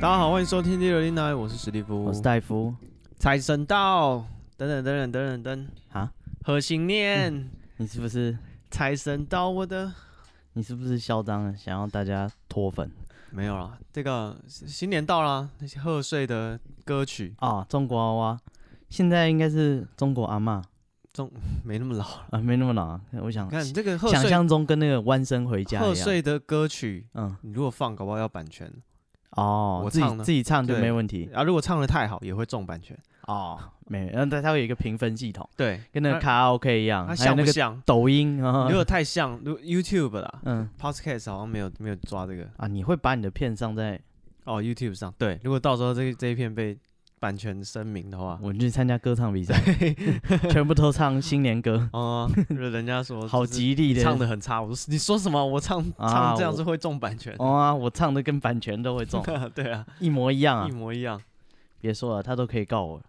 欢迎收听《第六零来》，我是史蒂夫，我是戴夫。财神到，等等等等等等等啊！何心念，你是不是财神到我的你是不是嚣张了，想要大家脱粉没有啦，这个新年到啦，那些贺岁的歌曲啊？中国娃娃现在应该是中国阿嬷没那么老。啊，没那么老啊。我想你看这个贺想岁象中跟那个弯身回家贺一样。岁的歌曲，嗯，你如果放，搞不好要版权哦，我自唱己呢自己唱就对没问题啊。如果唱的太好，也会中版权。哦，没，然后它它会有一个评分系统，对，跟那个卡拉 OK 一样，它它啊还有像那不个像？抖音啊如。果太像，如 YouTube 啦嗯，Podcast 好像没有没有抓这个啊，你会把你的片上在，哦，YouTube 上。对，如果到时候这这一片被版权声明的话，我去参加歌唱比赛， 全部都唱新年歌，哦，就是人家说好急，吉利的。唱的很差。我说你说什么？我唱啊唱这样我是会中版权。哦啊，我唱的跟版权都 会中，对啊，一模一样啊一。模一样。别说了，他都可以告我。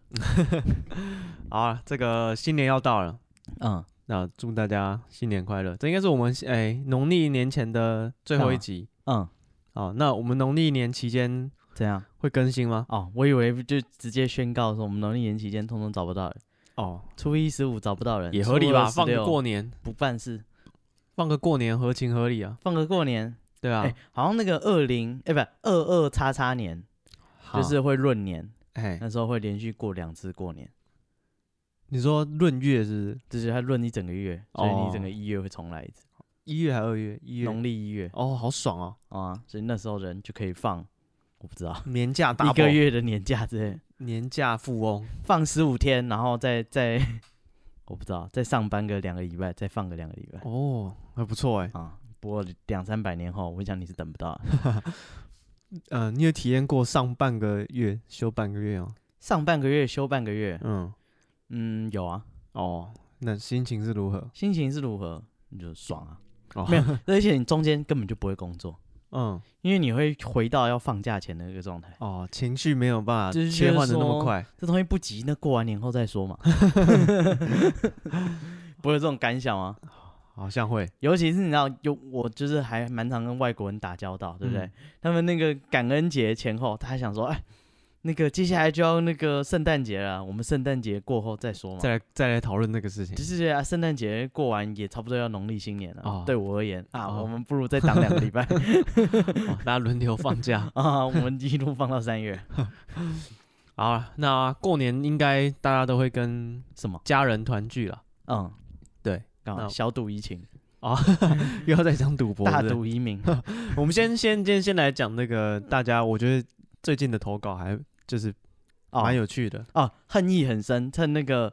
好啊，这个新年要到了，嗯，那祝大家新年快乐。这应该是我们哎农历年前的最后一集嗯，哦。那我们农历年期间怎样？会更新吗？哦，我以为就直接宣告说我们农历年期间通通找不到人，哦，初一十五找不到人，也合理吧，放个个过年，不办事，放个过年合情合理啊。放个过年。对哎、啊，好像那个二零哎，不二二叉叉年，好就是会闰年，哎，那时候会连续过两次过年，你说闰月是不是就是它闰一整个月，所以哦你整个一月会重来一次，一月还二月？一月农历一月哦，好爽哦，啊，所以那时候人就可以放，我不知道年假大一个月的年假之类，年假富翁。放十五天，然后再再我不知道再上班个两个礼拜，再放个两个礼拜。哦，还不错哎。啊，不过两三百年后，我想你是等不到的。啊呃，你有体验过上半个月休半个月哦？ 上半个月休半个月，嗯，嗯，有啊，哦，那心情是如何？心情是如何？你就爽啊，哦，没有，而且你中间根本就不会工作，嗯，因为你会回到要放假前的那个状态。哦，情绪没有办就法是切换的那么说快。这东西不急，那过完年后再说嘛。 不会有这种感想吗？好像会，尤其是你知道，有我就是还蛮常跟外国人打交道，对不对？嗯他们那个感恩节前后，他还想说，哎，那个接下来就要那个圣诞节了，我们圣诞节过后再说嘛。再来再来讨论那个事情就。是啊，圣诞节过完也差不多要农历新年了。哦对我而言啊，哦我们不如再挡两个 礼拜。哦大家轮流放假 啊，我们一路放到三月。好啊，那过年应该大家都会跟什么？家人团聚了。嗯，对，干那嘛？小赌怡情，又要再讲赌博。大是不赌 怡民。是。我们先先先先来讲那个大家，我觉得最近的投稿还就是蛮哦有趣的。哦，恨意很深，趁那个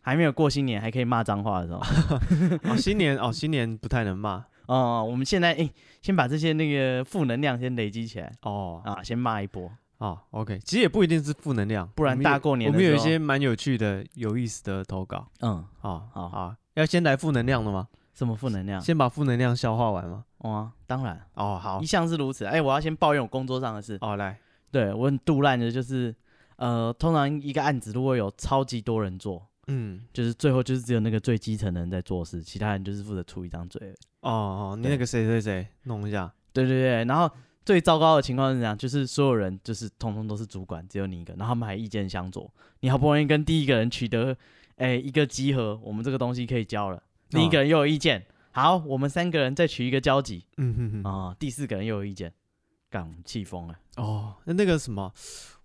还没有过新年，还可以骂脏话的时候。哦，新年哦，新年不太能骂哦，我们现在哎，先把这些那个负能量先累积起来哦。啊，先骂一波。哦，OK，其实也不一定是负能量，不然我们大有过年我的们有一时候些蛮有趣的、有意思的投稿嗯，啊好啊，要先来负能量的吗？什么负能量？先把负能量消化完吗？哇、哦，当然，哦，好一，向是如此。哎，我要先抱怨我工作上的事。哦，来，对我很杜烂的，就是呃，通常一个案子如果有超级多人做，嗯，就是最后就是只有那个最基层的人在做事，其他人就是负责出一张嘴而已。哦哦，你对那个谁谁谁弄一下，对对对，然后最糟糕的情况是怎样？就是所有人就是通通都是主管，只有你一个，然后他们还意见相左。你好不容易跟第一个人取得哎一个集合，我们这个东西可以交了，另哦一个人又有意见，好，我们三个人再取一个交集嗯哼啊、哼，第四个人又有意见，干，我们气疯了。哦，那那个什么，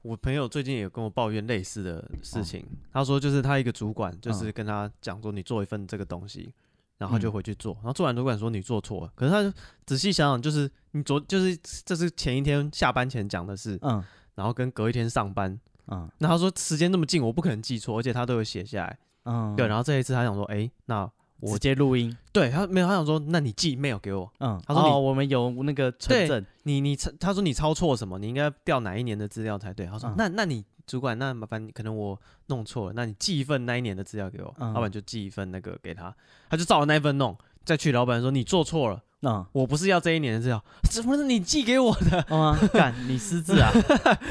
我朋友最近也跟我抱怨类似的哦事情，他说就是他一个主管，就是跟他讲说你做一份这个东西。然后他就嗯回去做，然后做完主管说你做错了，可是他仔细想想，就是你昨就是这是前一天下班前讲的事，嗯然后跟隔一天上班，嗯那他说时间那么近，我不可能记错，而且他都有写下来。嗯，对，然后这一次他想说，哎、那我直接录音。对他没有，他想说，那你寄 mail 给我，嗯，他说你哦、我们有那个存对证，你你他说你抄错什么，你应该调哪一年的资料才对。他说，嗯那那你主管，那麻烦你可能我弄错了，那你寄一份那一年的资料给我，嗯老板就寄一份那个给他，他就照着那一份弄，再去老板说你做错了， 嗯，我不是要这一年的资料，怎么是你寄给我的？嗯啊，干你失智啊，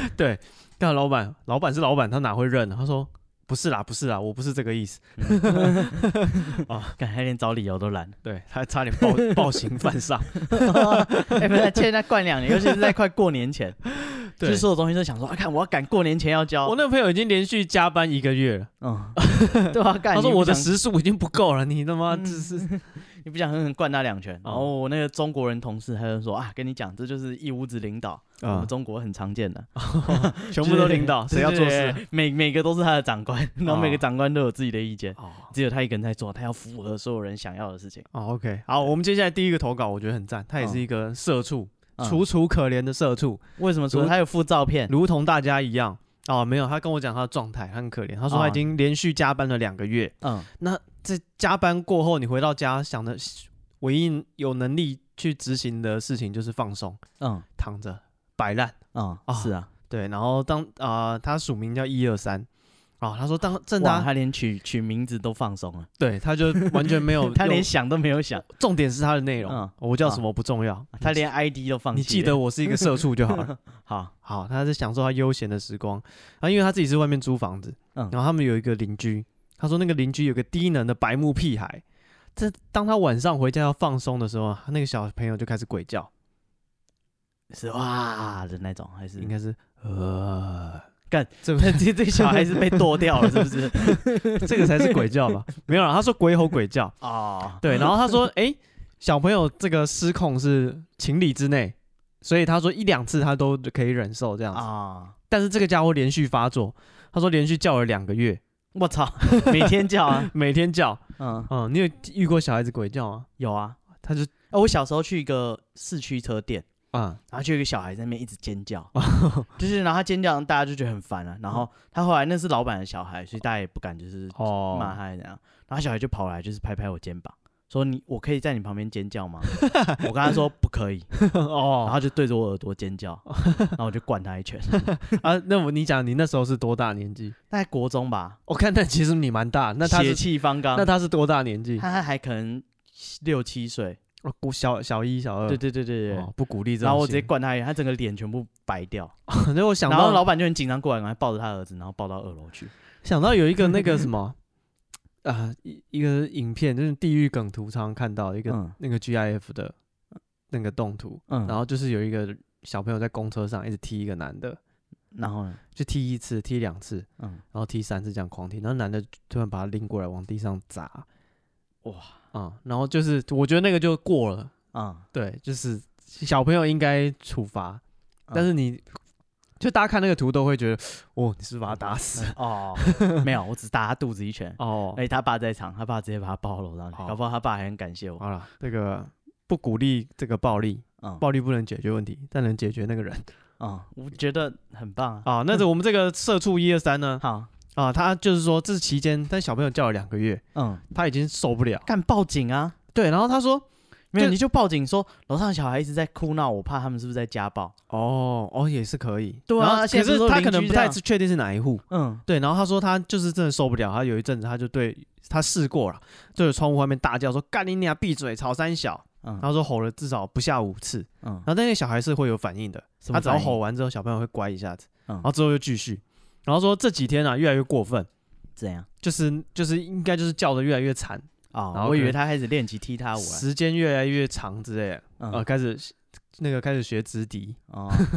干老板，老板是老板，他哪会认？他说不是啦，不是啦，我不是这个意思。干还连找理由 都懒，对他差点暴 暴行犯上。 哎、不是欠人家灌两年，尤其是在快过年前，就是所有东西都想说，啊，看我要赶过年前要交我，那个朋友已经连续加班一个月了， 嗯， 对啊，干他说你不嗯我的想时数已经不够了，你他妈只是 你不想狠狠灌他两拳？然哦后我那个中国人同事他就说啊，跟你讲，这就是一屋子领导，我们中国很常见的，嗯 全部都领导，就是谁要做事对啊？对对每每个都是他的长官，然后每个哦长官都有自己的意见，哦只有他一个人在做，他要符合所有人想要的事情。哦，OK，好，我们接下来第一个投稿，我觉得很赞，他也是一个社畜，嗯楚楚可怜的社畜，为什么说如他有附照片？如同大家一样。哦，没有，他跟我讲他的状态，他很可怜。他说他已哦经连续加班了两个月，嗯在加班过后，你回到家想的唯一有能力去执行的事情就是放松，嗯躺着摆烂。嗯啊，是啊，对，然后当啊、他署名叫一二三，啊，他说当正哇，当他连取取名字都放松了，对，他就完全没有用， 他连想都没有想，重点是他的内容，嗯我叫什么不重要，他连 ID 都放弃了。你记 得我是一个社畜就好了。好，好，他在享受他悠闲的时光，啊，因为他自己是外面租房子，嗯然后他们有一个邻居，他说那个邻居有个低能的白目屁孩，这当他晚上回家要放松的时候，他那个小朋友就开始鬼叫，是哇的那种，还是应该是呃，干这 这这个小孩是被剁掉了，是不是？这个才是鬼叫吧？ 没有啦，他说鬼吼鬼叫，哦，对，然后他说，诶，小朋友这个失控是情理之内，所以他说一两次他都可以忍受这样子，啊，但是这个家伙连续发作，他说连续叫了两个月，我操，每天叫啊，每天叫，嗯，嗯，你有遇过小孩子鬼叫吗？有啊。他就啊我小时候去一个四驱车店，啊、然后就有一个小孩在那边一直尖叫，哦 就是然后他尖叫，大家就觉得很烦啊了、然后他后来那是老板的小孩，所以大家也不敢就是嗯 哦骂他这样。然后小孩就跑来就是拍拍我肩膀，说你我可以在你旁边尖叫 吗？我跟他说不可以，然后哦他就对着我耳朵尖叫， 然后我就灌他 一拳。啊，那我你讲你那时候是多大年纪？大概国中吧， 我看那其实你蛮大，那他血是气方刚，那他是多大 年纪？他还可能六七岁，哦，古小小一小二，对对对对对。哦，不鼓励这种行为。然后我直接灌他一拳，他整个脸全部白掉， 所以我想然后到老板就很紧张过来，然后抱着他儿子，然后抱到二楼去。想到有一个那个什么啊，一一个影片就是地狱梗图，常常看到一个、嗯那个 GIF 的那个动图，嗯，然后就是有一个小朋友在公车上一直踢一个男的，嗯然后呢？就踢一次、踢两次，嗯，然后踢三次这样狂踢，然后男的突然把他拎过来往地上砸，哇啊、然后就是我觉得那个就过了，啊、对，就是小朋友应该处罚，嗯但是你。就大家看那个图都会觉得，哦，你是不是把他打 死？哦，没有，我只打他肚子一拳。哦，哎，他爸在场，他爸直接把他抱到楼上去，哦搞不好他爸还很感谢我。好了，这个不鼓励这个暴力，嗯暴力不能解决问题，但能解决那个人 嗯，我觉得很棒啊。啊。那是我们这个社畜一二三呢好，啊，他就是说这期间，但小朋友叫了两个月，嗯，他已经受不了。干报警啊！对，然后他说，没有，就你就报警说楼上小孩一直在哭闹，我怕他们是不是在家暴。哦哦，也是可以。对啊然后现可在不是是说他邻可能居不这太样是确定是哪一户。嗯，对，然后他说他就是真的受不了，他有一阵子他就对他试过了，对着窗户外面大叫说：“干你娘，闭嘴，吵三小。”嗯他说吼了至少不下五次，嗯然，后但那个小孩是会有反应的，什他么只要反应吼完之后，小朋友会乖一下子，嗯然后之后又继续，然后说这几天啊越来越过分，怎样？就是就是应该就是叫的越来越惨，哦，然后我以可为能他开始练习踢踏舞了。时间越来越长之类的，啊嗯呃，开始那个开始学直笛，哦，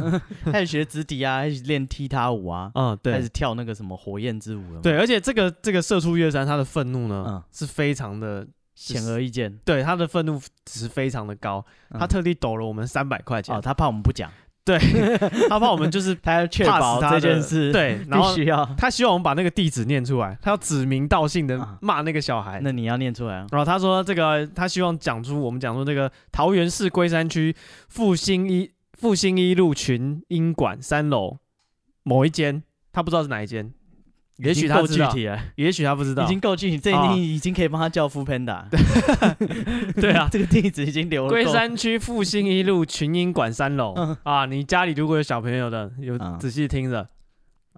开始学直笛啊，开始练踢踏舞啊，嗯，开对始跳那个什么火焰之舞了。，对，而且这个这个射出月山他的愤怒呢嗯是非常的，显而易见。对他的愤怒值非常的高，嗯他特地抖了我们三百块哦，钱，他怕我们不讲，对， 他怕我们 就是他要确 pass 保他这的件事，，对，然后必。须要。他希望我们把那个地址念出来，他要指名道姓啊的骂那个小孩。 那你要念出来啊。然后他说这个，他希望讲出我们讲出这个桃园市龟山区复兴一复兴一路群英馆三楼某一间，他不知道是哪一间， 也已许经他够知具道，体了，也许他不知道，已经够具体，这已啊经已经可以帮他叫 f o o Panda。。对啊 这个地址已经留了够。龟山区复兴一路群英馆三楼、嗯啊，你家里如果有小朋友的，有啊仔细听着，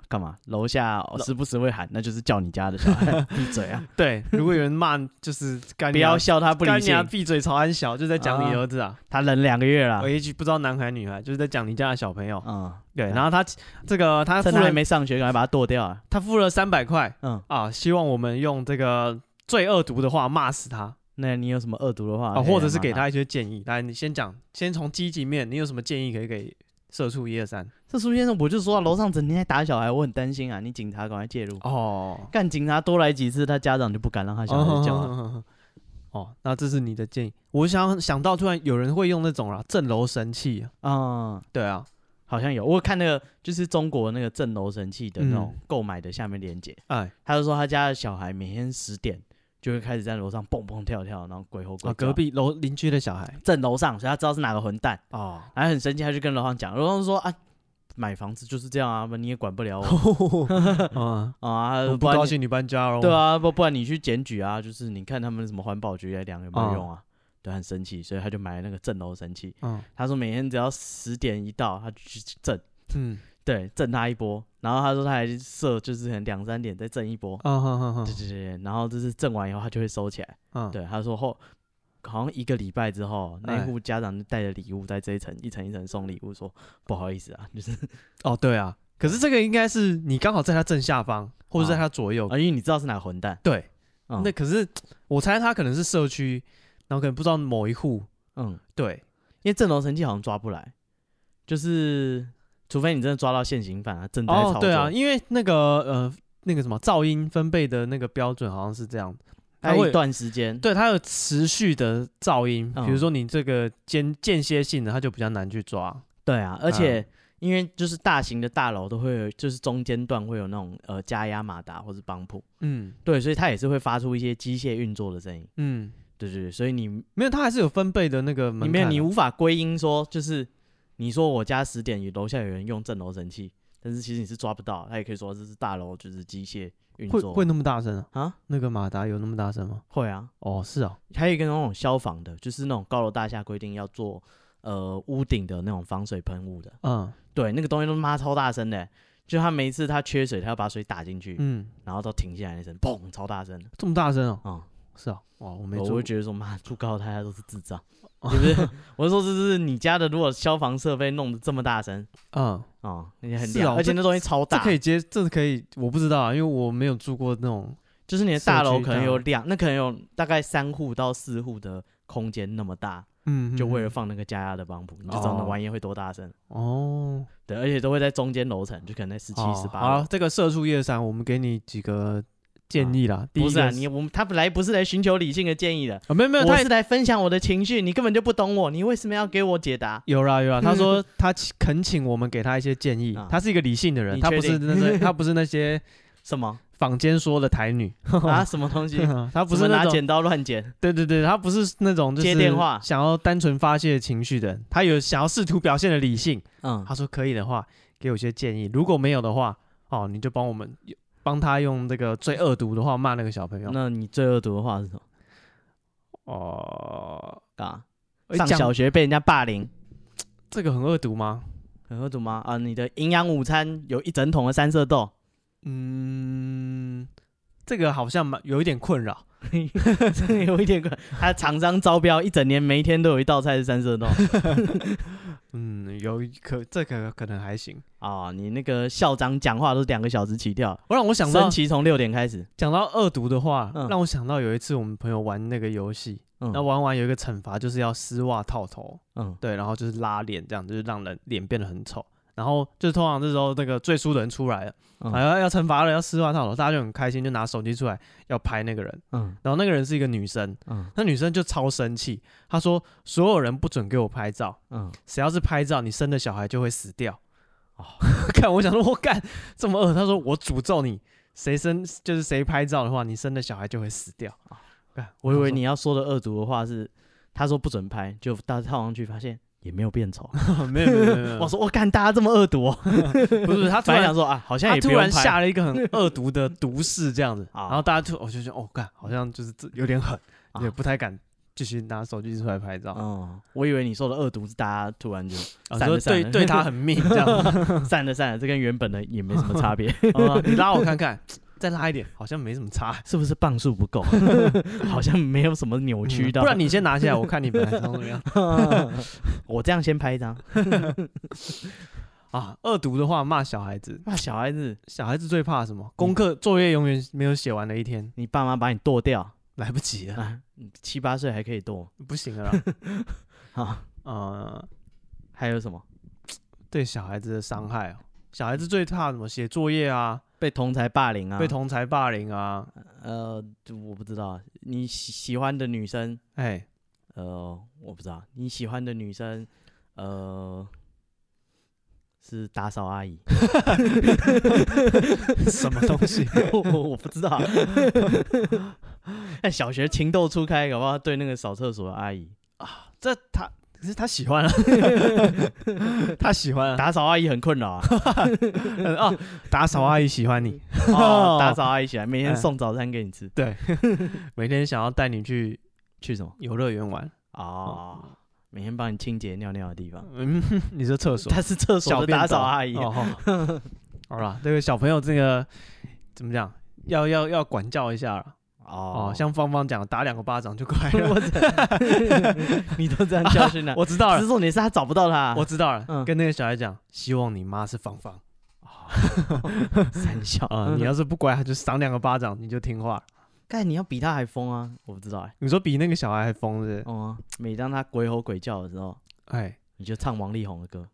干嘛？楼下哦时不时会喊，那就是叫你家的小 孩闭嘴啊！对，如果有人骂，就是干不你啊要笑他不干理你性啊，，闭嘴，曹安小就在讲你啊儿子啊他忍两个月了我。也许不知道男孩女孩，就是在讲你家的小朋友。嗯，对，然后他这个他付趁他还了没上学，赶快把他剁掉啊！他付了三百块，嗯嗯啊，希望我们用这个最恶毒的话骂死他那你有什么恶毒的话啊，可以或者来是骂给他一些建议。来，你先讲，先从积极面，你有什么建议可以给社畜一二三。这苏先生，我就说、啊、楼上整天在打小孩，我很担心啊，你警察赶快介入。哦，干警察多来几次，他家长就不敢让他小孩啊哦叫了。哦，那这是你的建议。我想想到，突然有人会用那种啦，震楼神器、啊。嗯，对啊，好像有，我有看那个就是中国那个震楼神器的那种嗯购买的下面链接，哎，他就说他家的小孩每天十点就会开始在楼上蹦蹦跳跳，然后鬼吼鬼啊，叫。隔壁楼邻居的小孩。震楼上，所以他知道是哪个混蛋， 哦，然后很生气，他就跟楼上讲，楼上说啊，买房子就是这样啊，你也管 不了我嗯，啊，我不然高你。兴你搬家喽。对，啊，不不然你去检举啊，就是你看他们什么环保局来量有没有用啊？对，很生气，所以他就买了那个震楼神器。嗯他说每天只要十点一到，他就去震，嗯，对，震他一波。然后他说他还设就是可能两三点再震一波，啊哈哈哈对，对对对。然后就是震完以后他就会收起来。嗯，对，他说后好像一个礼拜之后，那哎一户家长就带着礼物在这一层一层一层送礼物，说不好意思啊，就是哦，对啊，可是这个应该是你刚好在他正下方，或者在他左右。啊，因为你知道是哪个混蛋，对，嗯那可是我猜他可能是社区，然后可能不知道某一户。嗯，对，因为震楼神器好像抓不来，就是除非你真的抓到现行犯啊，正在操哦作。，对啊，因为那个呃那个什么噪音分贝的那个标准好像是这样，还它有会一段时间。对，它有持续的噪音，嗯比如说你这个间间歇性的，它就比较难去抓。对啊，嗯而且、因为就是大型的大楼都会有，就是中间段会有那种呃加压马达或是帮浦，嗯对，所以它也是会发出一些机械运作的声音。嗯，对对对，所以你没有，它还是有分贝的那个你门槛没有啊。你无法归因说就是你说我家十点，楼下有人用震楼神器，但是其实你是抓不到，它也可以说这是大楼就是机械运会作会那么大声啊？啊那个马达有那么大声吗？会啊，哦，是啊，还有一个那种消防的，就是那种高楼大厦规定要做呃屋顶的那种防水喷雾的，嗯对，那个东西都他妈超大声的，就他每一次他缺水，他要把水打进去，嗯，然后都停下来那声，砰，超大声的这么大声哦，啊！是啊，哇，我没哦我做过，会觉得说妈，住高楼大厦都是智 障，是不是？我是说这是你家的，如果消防设备弄得这么大声嗯，啊，那也很是亮，哦而且那东西超这大可，以接，这可以，我不知道啊，因为我没有住过那种，就是你的大楼社区可能有大两，那可能有大概三户到四户的空间那么大，嗯，就为了嗯放那个加压的帮浦，你就知道那哦玩意会多大声。哦，对，而且都会在中间楼层，就可能在十七、好十八啊，。这个射出夜三，我们给你几个建议啦。第一不个是啊，你我们他本来不是来寻求理性的建议的，啊，没有没有，我他是来分享我的情绪，你根本就不懂我，你为什么要给我解答？有啦有啦，他说他请恳请我们给他一些建议嗯啊，他是一个理性的人，你他确不是那定 些他不是那些什么坊间说的台女， 嗯啊？什么东西？他 不什么是那拿种剪刀乱剪？对对对，他不是那种就是接电话想要单纯发泄情绪的人，他有想要试图表现的理性。嗯他说可以的话，给我一些建议；如果没有的话，哦，你就帮我们帮他用这个最恶毒的话骂那个小朋友。那你最恶毒的话是什么？哦，啊，诶上讲小学被人家霸凌，这个很恶毒吗？很恶毒吗？啊，你的营养午餐有一整桶的三色豆， 嗯，这个好像蛮有一点困扰。真的有一点怪。他厂商招标一整年，每一天都有一道菜是 三色豆。嗯，有一可这个可能还行。啊，你那个校长讲话都是两个小时起跳，我让我想到升旗从六点开始。讲到恶毒的话，嗯让我想到有一次我们朋友玩那个游戏，嗯那、玩完有一个惩罚就是要丝袜套头，嗯，对，然后就是拉脸这样，就是让人脸变得很丑。然后就是通常这时候那个最输的人出来了，嗯然后要惩罚了，要丝袜套头，大家就很开心，就拿手机出来要拍那个人。嗯然后那个人是一个女生，嗯那女生就超生气，她说所有人不准给我拍照。嗯，谁要是拍照，你生的小孩就会死掉。哦， 看，我想说，我干这么恶，他说我诅咒你，谁生就是谁拍照的话，你生的小孩就会死掉。干我以为你要说的恶毒的话是，他说不准拍，就大套上去发现也没有 变丑。没有没有没有 没有，我说我干，大家这么恶毒、哦，不是他突本来然想说啊，好像他也突不用然拍下了一个很恶毒的毒誓这样子，啊然后大家就我就觉得哦干，好像就是这有点狠，啊也不太敢继续拿手机出来拍照，嗯，我以为你说的恶毒是大家突 然就啊，闪说对了闪了对他很命这样 啊子。散了散了，这跟原本的也没什么差 别，啊你拉我看 看，再拉一点，好像没什么差。是不是磅数不 够？啊好像没有什么扭曲嗯到。不然你 先拿下来，我看你本来长什么样。 我这样先拍一张。啊，恶毒的话骂小孩子，那小孩子，小孩子最怕什么？功课作业永远没有写完的一天， 你爸妈把你剁掉来不及 了，啊，七八岁还可以剁不行了啦。啊？ 呃，还有什么？对小孩子的伤害哦。小孩子最怕什么？写作业啊，被同才霸凌啊，被同才霸凌啊，呃，就我不知道你喜喜欢的女生，哎，呃，我不知道你喜欢的女生，呃，是打扫阿姨， 什么东西？我我不知道。 但小学情窦初开，搞不好对那个扫厕所的阿姨， 这他可是他喜欢 啊，他喜欢啊，打扫阿姨很困扰啊。打 哦，打扫阿姨喜欢 你，哦打扫阿姨起来，每天哎送早餐给你吃，每天想要带你去去什么？游乐园玩。哦，每天帮你清洁尿尿的地方。嗯， 你说厕所？她是厕所小的便打斗扫阿姨，哦，好 好啦，这个小朋友这个怎么讲？要要要管教一下了哦， 像芳芳讲，打两个巴掌就乖了。 我操 你都这样教训了、我知道只了，是重点是他找不到他，我知道了，嗯跟那个小孩讲，希望你妈是芳芳哦三笑啊、你要是不乖，他就赏两个巴掌，你就听话。干你要比他还疯啊！我不知道哎、你说比那个小孩还疯是不是？哦、每当他鬼吼鬼叫的时候，哎，你就唱王力宏的歌，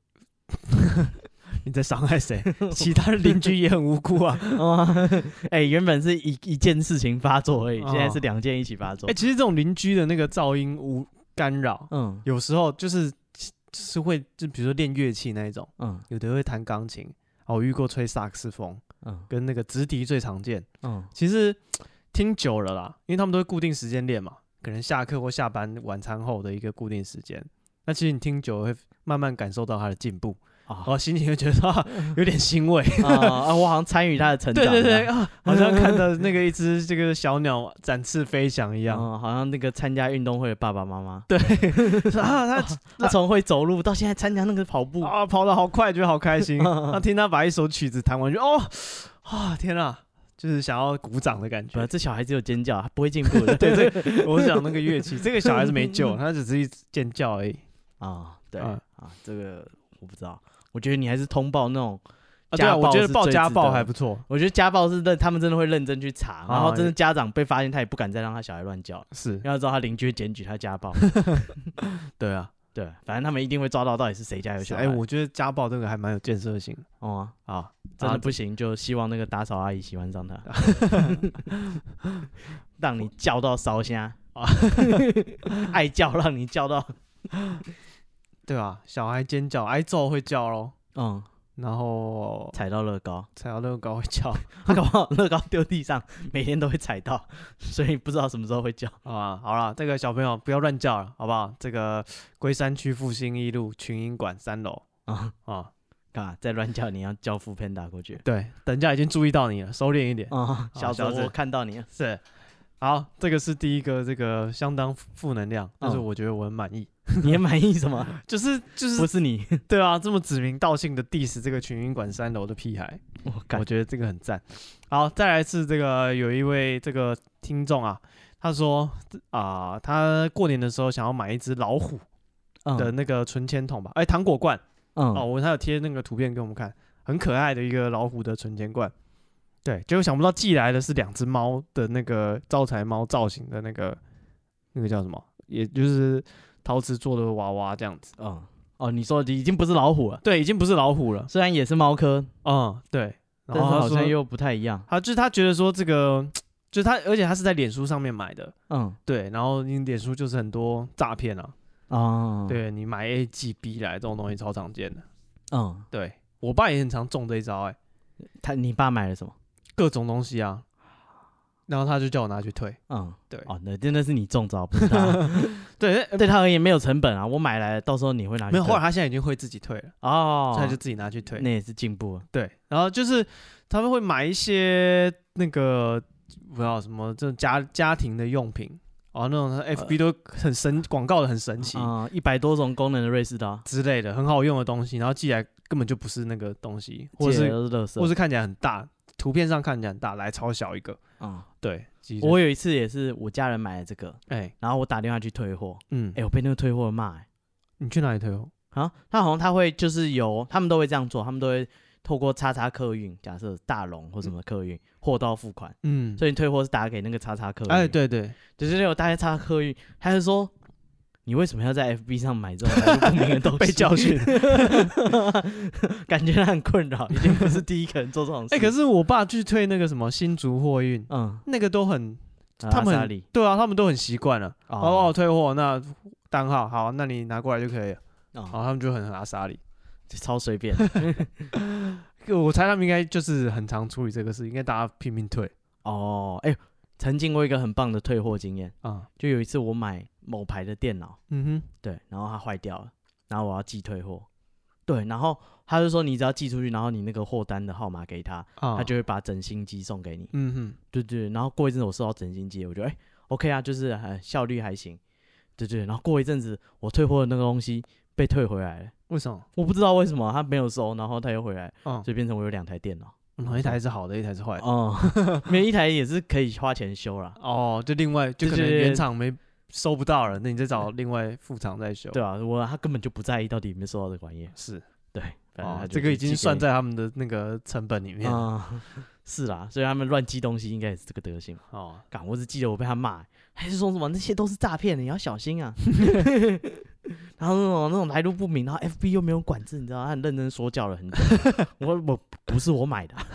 你在伤害谁？其他的邻居也很无辜啊。哦， 哎、原本是一一件事情发作而已，哦现在是两件一起发作。哎、其实这种邻居的那个噪音无干扰，嗯有时候就是就是会，就比如说练乐器那一种，嗯有的会弹钢琴，哦，我遇过吹萨克斯风，嗯跟那个直笛最常见。嗯其实听久了啦，因为他们都会固定时间练嘛，可能下课或下班晚餐后的一个固定时间。那其实你听久了会慢慢感受到他的进步，然哦 后心情会觉得、啊、有点欣慰。啊啊！我好像参与他的成长哦对一样，对对啊，好像看到那个一只这个小鸟展翅飞翔一嗯，样。好像那个参加运动会的爸爸妈妈，哦对，啊，他他从会走路到现在参加那个跑步，啊跑得好快，觉得好开心。嗯那听他把一首曲子弹完，就哦啊天啊，就是想要鼓掌的感不觉。这小孩子有尖叫，他不会进步的。 对，这 个我想那个乐器，这个小孩子没 救，他只是一直尖叫而已。啊、对嗯啊这个我不知道，我觉得你还是通报那种，啊，对啊，家暴我觉得是报最家值暴得还的不错，我觉得家暴是认他们真的会认真去查，然啊后真的家长被发现，他也不敢再让他小孩乱叫，是因为他知道他邻居会检举他家 暴，对啊。对，反正他们一定会抓到到底是谁家有是小哎、孩。我觉得家暴这个还蛮有建设性的哦啊、啊，真啊的不行，就希望那个打扫阿姨喜欢 上他，让你叫到烧虾啊， 爱叫让你叫到，对啊，小孩尖叫，挨揍会叫咯，嗯，然后踩到乐高。踩到乐高会叫 他搞不好乐高丢地上，每天都会踩到，所以不知道什么时候会叫。啊。好了，这个小朋友不要乱叫了，好不好？这个龟山区复兴一路群英馆三楼啊、啊，干嘛再乱叫，你要叫副片打过去。对，人家已经注意到你了，收敛一点。啊、小小泽，泽我看到你了。是，好，这个是第一个，这个相当负能量，但是嗯我觉得我很满意， 你也满意什么？就是就是不是你，对啊，这么指名道姓的 diss 这个群英馆三楼的屁孩， 我我感觉得这个很赞。好，再来是这个有一位这个听众啊，他说啊、他过年的时候想要买一只老虎的嗯那个存钱筒吧，哎、糖果罐嗯哦，我他有贴那个图片给我们看，很可爱的一个老虎的存钱罐。对，结果想不到寄来的是两只猫的那个招财猫造型的那个那个叫什么，也就是陶瓷做的娃娃这样子。嗯哦，你说已经不是老虎了，对，已经不是老虎了。虽然也是猫科，嗯，对。但然是后他好像说又不太一样。他就是他觉得说这个，就是他，而且他是在脸书上面买的，嗯对，然后你脸书就是很多诈骗啊，啊，，对你买 A G B 来这种东西超常见的，嗯，对我爸也很常中这一招、欸，哎，他你爸买了什么？各种东西啊，然后他就叫我拿去退，嗯，对哦，那真的是你中招，不是他。 对，哎对他而言没有成本啊，我买来了，到时候你会拿去没有，后来退他现在已经会自己退了，哦所，以他就自己拿去退，那也是进步了。对，然后就是他们会买一些那个不知道什么这种家家庭的用品。哦，那呃种 F B 都很神，广告的很神奇，啊，一百多种功能的瑞士刀，之类的很好用的东西，然后寄来根本就不是那个东西，或或者是是都是垃圾。或是看起来很大，图片上看起来很大，来超小一个。啊、对，其实我有一次也是我家人买了这个，哎、然后我打电话去退货，嗯哎、我被那个退货的骂、欸，你去哪里退货？啊，他好像他会就是有，他们都会这样做，他们都会透过叉叉客运，假设大龙或什么客运货到付款，嗯，哎所以你退货是打给那个叉叉客运，哎，，对对，就是那种打给叉叉客运，他就说你为什么要在 FB 上买这种来路不明的东西？ 被教训， 感觉他很困扰，一定不是第一个人做这种 事。哎、可是我爸去退那个什么新竹货运，嗯，那个都很，他他们很对啊，他们都很习惯了。哦，帮我哦退货，那单号好，那你拿过来就可以了。然哦，后他们就很阿莎里，超随便。我猜他们应该就是很常处理这个事，应该大家拼命退哦，哎、曾经我有一个很棒的退货经验，啊。就有一次我买某牌的电脑，嗯对，然后它坏掉了，然后我要寄退货，对，然后他就说你只要寄出去，然后你那个货单的号码给他，哼，啊，他就会把整新机送给你。嗯哼，对对，然后过一阵子我收到整新机，我觉得哎、OK 啊，就是、呃、效率还行，对对，然后过一阵子我退货的那个东西被退回来了，为什么？我不知道为什么他没有收，然后他又回来，嗯所，以变成我有两台电脑，嗯一台是好的，一台是坏的。哦、 每一台也是可以花钱修啦。哦，就另外就可能对对对原厂没收不到了，那你再找另外副厂再修。对啊，我他根本就不在意到底有没有收到这个玩意，是对，反正哦他，就这个已寄经给算你在他们的那个成本里面了。啊、是啦，所以他们乱寄东西应该也是这个德行。哦，干，我只记得我被他骂欸，还是说什么那些都是诈骗的，你要小心 啊。 然后那种那种来路不明，然后 FB 又没有管制，你知道，他很认真说教了 很久。我我不是我买的啊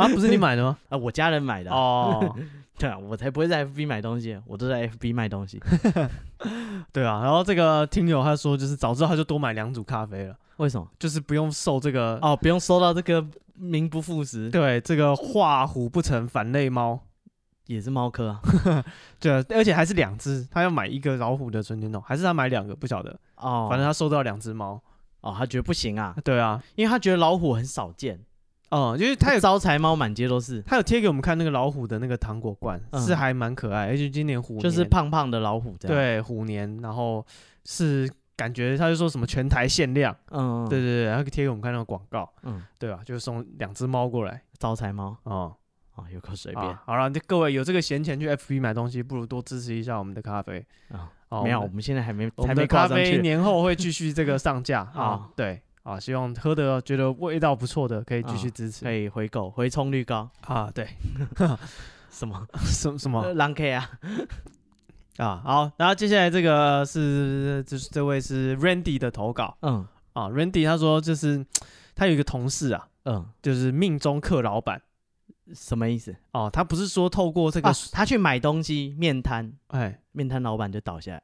啊，不是你买的 吗？啊，我家人买的啊、哦， 对啊，我才不会在 FB 买东西，我都在 FB 卖东 西。对啊。然后这个听友他说，就是早知道他就多买两组咖啡了，为什么？就是不用受这个哦，不用收到这个名不副实，对，这个画虎不成反类猫，也是猫科啊。对，而且还是两只，他要买一个老虎的纯天龙，还是他买两个不晓得，哦，反正他收到两只猫。哦，他觉得不行啊，对啊，因为他觉得老虎很少见，哦、因为他有招财猫满街都是，他有贴给我们看那个老虎的那个糖果罐，嗯是还蛮可爱，而且今年虎年就是胖胖的老虎这样。，对虎年，然后是感觉他就说什么全台限量，嗯，对，对对，然后贴给我们看那个广告，嗯，对啊，就送两只猫过来招财猫。哦。啊，有口随随便啊、好了，就各位有这个闲钱去 FB 买东西，不如多支持一下我们的咖啡。啊，哦没有，我我们们现在还没我还们没的咖挂上啡去。年后会继续这个上 架啊啊，对啊，希望喝的觉得味道不错的可以继续啊支持可以回购，回冲率高，啊，对， 什么什什么狼 K 啊？啊，好，然后接下来这个是就是这位是 Randy 的投稿嗯啊，Randy 他说就是他有一个同事啊，嗯，就是命中克老板什么意思？哦、他不是说透过这个啊，他去买东西，面摊，哎，面摊老板就倒下来，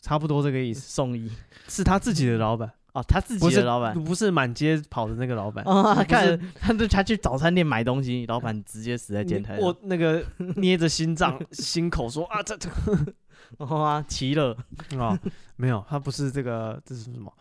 差不多这个意思，送医是他自己的老板，哦，他自不己是的老板不是满街跑的那个老板。啊，不是看他就他去早餐店买东西，老板直接死在前台上。我那个捏着心脏 心口说啊，这这哇，奇了啊，没有，他不是这个，这是什么？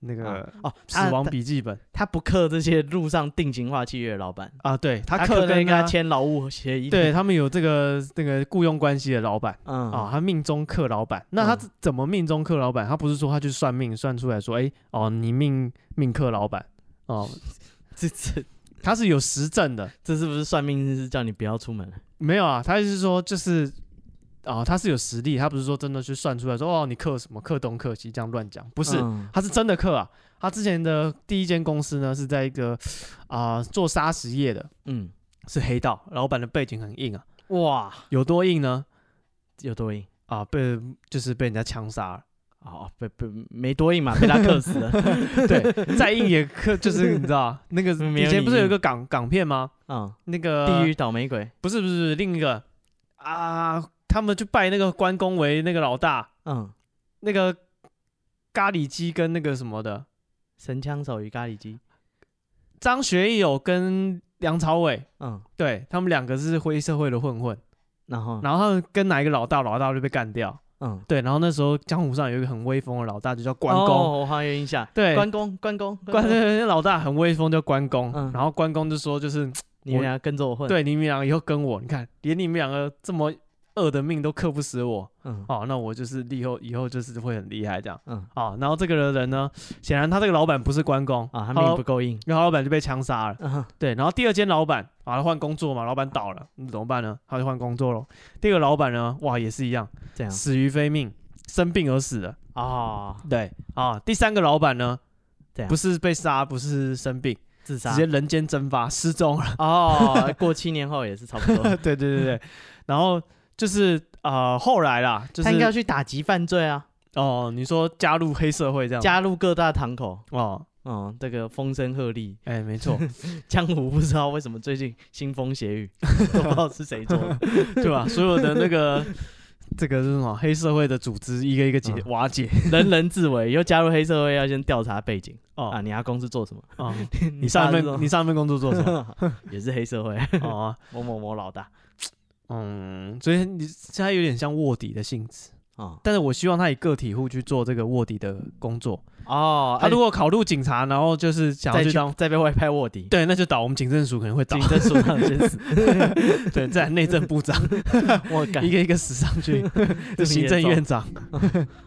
那个哦，死他亡他笔记本他不克这些路上定型化契约的老板，啊，对他他克跟跟跟他他签劳务协议。对，他们有这个那个雇佣关系的老板嗯啊，他命中克老板。那他嗯怎么命中克老板？他不是说他去算命算出来说，哎哦，你命命克老板哦，这这他是有实证的。这是不是算命是叫你不要出门？没有啊，他就是说就是。哦，他是有实力，他不是说真的去算出来说哦，你克什么克东克西这样乱讲，不不是，他是真的克啊。他之前的第一间公司呢，是在一个啊、做砂石业的，嗯，是黑道，老板的背景很硬啊，哇，有多硬呢？有多硬？啊，被就是被人家枪杀了，哦，被被没多硬嘛，被他克 死了。对， 再硬也克，就是你知道那个嗯没有以前你不是有一硬个港港片吗？嗯，那个地狱倒霉鬼。不是不是不是另一个啊，他们就拜那个关公为那个老大，嗯，那个咖喱鸡跟那个什么的，神枪手与咖喱鸡。张学友跟梁朝伟，嗯，对他们两个是黑社会的混混。然后然后他们跟哪一个老大，老大就被干掉。嗯，对，然后那时候江湖上有一个很威风的老大，就叫关公。哦我好像有印象。对，关公，关公，关 对，对对老大很威风，叫关公。嗯然后关公就说，就是你们俩跟着我混。，对你们两个以后跟我，你看连你们两个这么恶的命都克不死我，嗯哦，那我就是以后以后就是会很厉害这样。嗯，哦，然后这个人呢，显然他这个老板不是关公啊，他好命不够硬。然后老板就被枪杀了。嗯对，然后第二间老板啊，他换工作嘛，老板倒了，那怎么办呢？他就换工作咯。第二个老板呢，哇，也是一样，这样死于非命，生病而死的。啊，对啊，第三个老板呢怎，样不是被杀，不是生病，自直啊杀接。人间蒸发，失踪了。哦，过七年后也是差 不多。对对对对，然后就是呃后来啦，就是他应该要去打击犯罪啊。哦，你说加入黑社会这样？加入各大堂口，哦，嗯，这个风声鹤唳，哎、没 错，江湖不知道为什么最近腥风血 雨，都不知道是谁做的。对吧？所有的那个这个是什么黑社会的组织，一个一个解、嗯瓦 解。人人自危，以后加入黑社会要先调查背景哦啊，你阿公是做 什么？哦，你上一份你上一份工作做什 么？也是黑社会，哦啊，某某某 老大嗯，所以你他有点像卧底的性质，啊但是我希望他以个体户去做这个卧底的工作。哦，他如果果考入警察，然后就是想要再去去当，再被外派卧底，对，那就倒，我们警政署可能会倒警，政署长先 死，对， 再来内政部长我干一个一个死上去， 这行么政严重院长，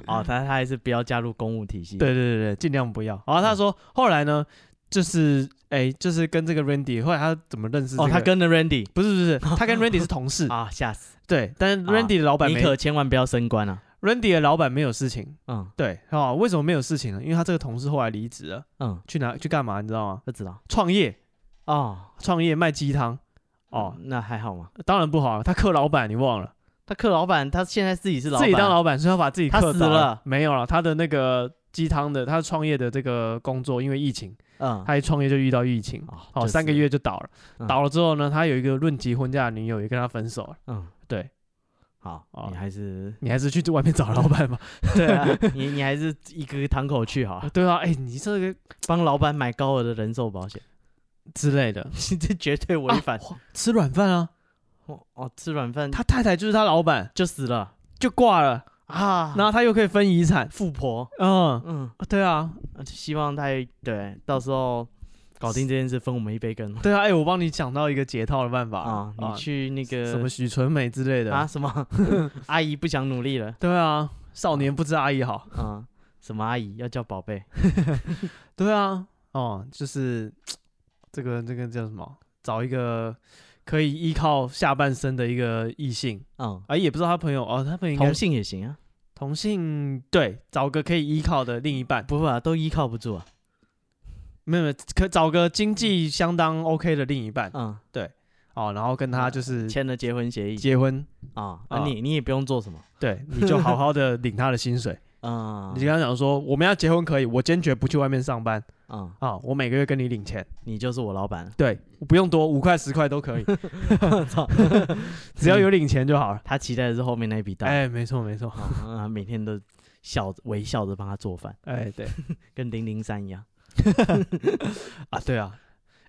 哦，他他还是不要加入公务体系，哦对对对对，尽量不要。然后嗯他说后来呢，就是哎，就是跟这个 Randy，后来他怎么认识这个？哦，他跟了 Randy 不是不是，他 跟 Randy 是同事，啊，吓死，对，但是 Randy 的老板你没可千万不要升官啊， Randy 的老板没有事情，嗯对，哦，为什么没有事情呢？因为他这个同事后来离职了，嗯，去哪去干嘛？你知道吗？不知道创业，哦创业卖鸡汤，哦哦，，那还好嘛，当然不好啊，他克老板，你忘了。他克老板，他现在自己是老自板，己当老板，所以他把自己他克死倒了没有了。他的那个鸡汤的，他创业的这个工作，因为疫情，嗯，他一创业就遇到疫情，哦哦，三个，月就倒了。嗯倒了之后呢，他有一个论及婚嫁的女友也跟他分手了。就是嗯，对好哦，你还是你还是去外面找老板吧。 对啊， 呃你你还是一个堂口去好了，对啊，哎，你这个帮老板买高额的人寿保险， 之类的，这绝对违反、吃软饭啊。哦哦，吃软饭他太太就是他老板，就死了就挂了，啊然那后他又可以分遗产。富婆，嗯，嗯，对啊，啊希望他也对到时候搞定这件事，分我们一杯羹对啊，哎，我帮你想到一个解套的办法啊！你去那个什么许纯美之类啊的。什 么阿姨不想努力了对啊，少年不知阿姨好。啊？什么阿姨要叫宝贝？对啊，哦，就是这个这个叫什么？找一个可以依靠下半身的一个异性，嗯，啊，也不知道他朋友哦，他朋友应该同性也行啊，同性对，找个可以依靠的另一半，不会啊，都依靠不住啊。没有没有，可找个经济相当 OK 的另一半嗯，哦，然后跟他就是签了结婚协议结婚，啊，啊啊你你也不用做什么， 对，你就好好的领他的薪水。嗯你跟他讲说，我们要结婚可以，我坚决不去外面上班嗯，啊，我每个月跟你领钱，你就是我老 板了。 对，不用多，五块十块都可以操，只要有领钱就好了。他期待的是后面那一笔单，哎，没错没错，嗯，他每天都笑着微笑着帮他做饭，哎对跟零零三一样。啊对啊，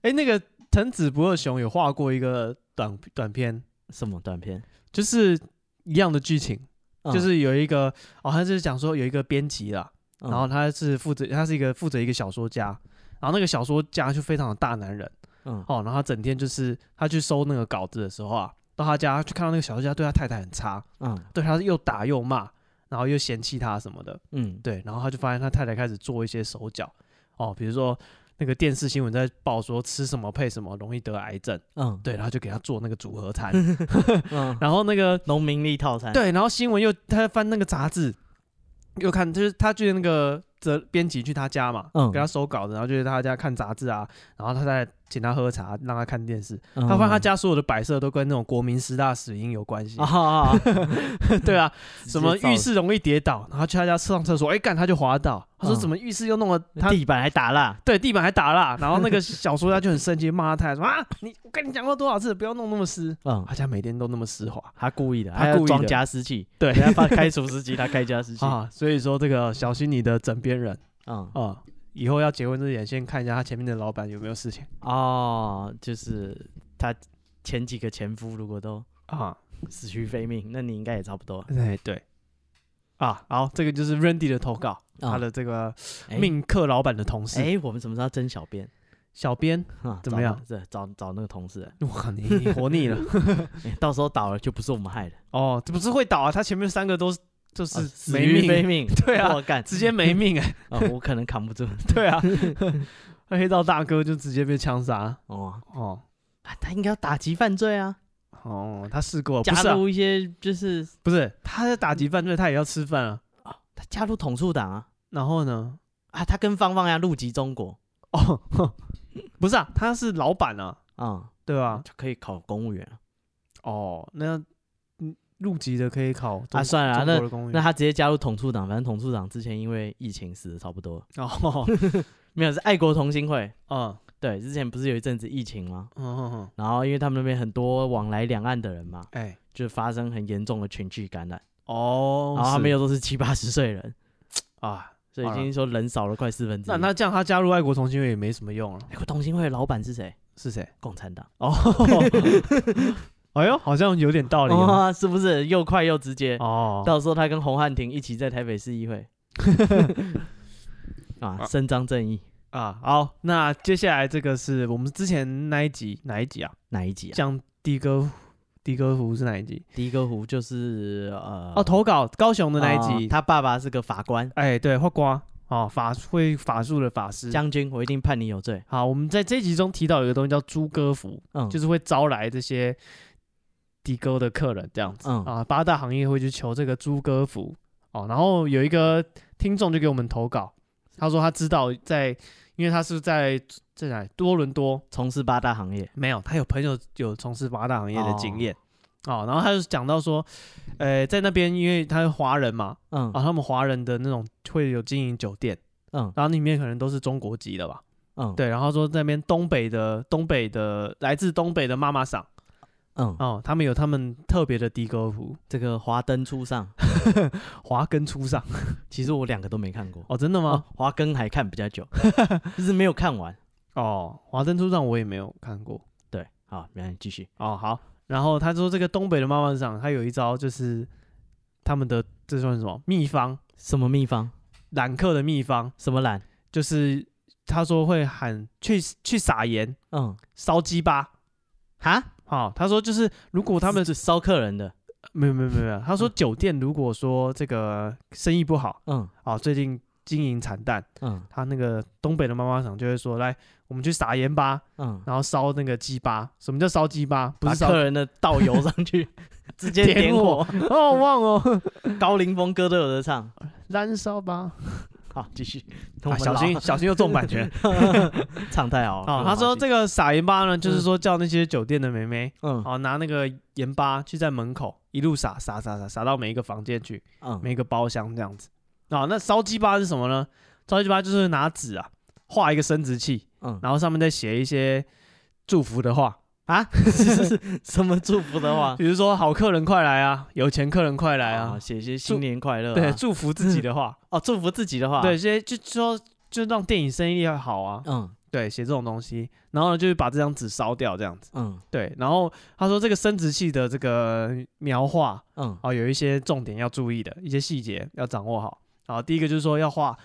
哎那个藤子不二雄有画过一个短短片，什么短片？就是一样的剧情，嗯就是有一个哦，他就是讲说有一个编辑啦，嗯然后他是负责他是一个负责一个小说家，然后那个小说家就非常的大男人嗯哦，然后他整天就是他去收那个稿子的时候啊，到他家去看到那个小说家对他太太很差，嗯对他又打又骂，然后又嫌弃他什么的，嗯对，然后他就发现他太太开始做一些手脚，哦，比如说那个电视新闻在报说吃什么配什么容易得癌症，嗯对，然后就给他做那个组合 餐，嗯，然后那个农民力套餐。，对，然后新闻又他翻那个杂志，又看就是他去那个责编辑去他家嘛，嗯给他收稿子，然后就去他家看杂志啊，然后他再请他喝茶，让他看电视，他他发现他家所有的摆设都跟那种国民十大死因有关系， 啊啊， 对啊，直接什么造浴室容易跌倒，然后去他家上厕所，哎、干他就滑倒，他说嗯怎么浴室又弄了他地板还打蜡，对，地板还打蜡，然后那个小说家就很生气，骂他太太说啊，你我跟你讲过多少次，不要弄那么湿，嗯，他家每天都那么湿滑，他故意的，他还要故意装的加湿器，对人家发开除湿机，他开加湿 器，啊，所以说这个小心你的枕边人嗯啊、以后要结婚之前先看一下他前面的老板有没有事情哦，就是他前几个前夫如果都啊，死于非命，那你应该也差不多啊。哎对，啊，好，这个就是 Randy 的投稿，他嗯的这个哎命克老板的同事、哎，我们什么时候要争小编？小编，啊怎么找样对，找找那个同事，我靠你你活腻了哎到时候倒了就不是我们害的， 哦，这不是会倒啊，他前面三个都是就啊是死没于命，非命。 对啊我干，直接没 命哎、啊，我可能扛不住。对啊，黑道大哥就直接被枪杀哦，哦。啊他应该要打击犯罪啊，哦，他试过，不是、加啊、入一些就是不是，他在打击犯罪，他也要吃饭啊。他加入统促党啊，然后呢？啊，他跟芳芳呀入籍中国哦， 不是啊，他是老板啊，啊，对吧、就可以考公务员啊。哦，那嗯入籍的可以考中啊算了啊中国的公务那员他直接加入统促党，反正统促党之前因为疫情死的差不多了， 哦，没有是爱国同心会。嗯对，之前不是有一阵子疫情吗？嗯嗯嗯，然后因为他们那边很多往来两岸的人嘛，哎就发生很严重的群聚感染，哦，然后他是们又都是七八十岁 人，啊，所以已好了经说人少了快四分之一。那那这样他加入爱国同心会也没什么用了，爱国同心会的老板是谁？是谁？ 共产党。哦，哎呦，好像有点道理哦。哦，是不是又快又直接？哦，到时候他跟洪汉廷一起在台北市 议会，啊，伸张正义啊，好，那接下来这个是我们之前那一集哪一集啊？哪一集啊？讲的哥的哥湖是哪一集？第一个湖就是呃，哦，投稿高雄的那一集。呃他爸爸是个法官哎，对，花瓜哦，法会法术的法师。将军，我一定判你有罪。好，我们在这一集中提到有一个东西叫猪哥服，嗯，就是是会招来这些的哥的客人这样子。嗯啊，八大行业会去求这个猪哥服哦。然后有一个听众就给我们投稿，他说他知道在，因为他是在在哪里多伦多，从事八大行业，没有，他有朋友有从事八大行业的经验哦然后他就讲到说，呃，在那边因为他是华人嘛，嗯啊，他们华人的那种会有经营酒店，嗯然后里面可能都是中国籍的吧，嗯，，对，然后说在那边东北的东北的来自东北的妈妈桑嗯，哦，他们有他们特别的的哥服，这个华灯初上，华根初上其实我两个都没看过。哦，真的吗哦？，华根还看比较 久，就是没有看完。哦，华灯初上我也没有看过。对，好，没关系，继续。哦，好。然后他说这个东北的妈妈桑，他有一招就是他们的这算什么秘方？什么秘方？揽客的秘方什么懒？就是他说会喊去去撒盐、嗯，烧鸡巴。哈，好、他说就是如果他们哦是烧客人的。没有没有没有没有，他说酒店如果说这个生意不好嗯啊、最近经营惨淡，嗯他那个东北的妈妈桑就会说来我们去撒盐吧，嗯，然后烧那个鸡巴。什么叫烧鸡巴？不把是烧客人的倒油上 去，直 接点点火。 哦，我忘了高凌风歌都有的唱。燃烧吧。好，继续。啊、小心， 小心又中版权 唱太好了。嗯哦！他说这个，个撒盐巴呢，就是说叫那些酒店的妹妹，嗯哦，拿那个盐巴去在门口一路撒撒撒撒撒到每一个房间去，嗯，每一个包厢这样子。哦，那烧鸡巴是什么呢？烧鸡巴就是拿纸啊，画一个生殖器，嗯然后上面再写一些祝福的话， 啊，是是什么祝福的话？比如说好客人快来啊，有钱客人快来啊啊哦，写些新年快乐啊。对，祝福自己的话，哦，祝福自己的话。对，，这些就说就让电影生意好啊，嗯对，写这种东西，然后呢就是把这张纸烧掉这样子。嗯对，然后他说这个生殖器的这个描画嗯啊、有一些重点要注意的一些细节要掌握好。啊，第一个就是说要画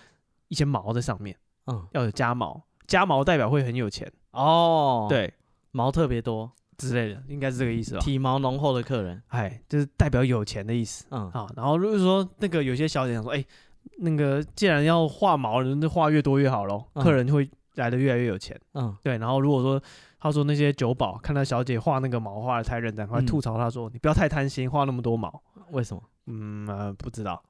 一些毛在上面，嗯。要有加毛，加毛代表会很有钱，哦，，对毛特别多，之类的，应该是这个意思吧？体毛浓厚的客人。哎，就是代表有钱的意思嗯啊。然后如果说那个有些小姐想说，哎，那个既然要画毛，那就画越多越好咯，客嗯人会来的越来越有钱。嗯对，然后如果说他说那些酒保看到小姐画那个毛画的太认真，会嗯吐槽她说、你不要太贪心，画那么多毛。为什么？嗯、呃，不知道。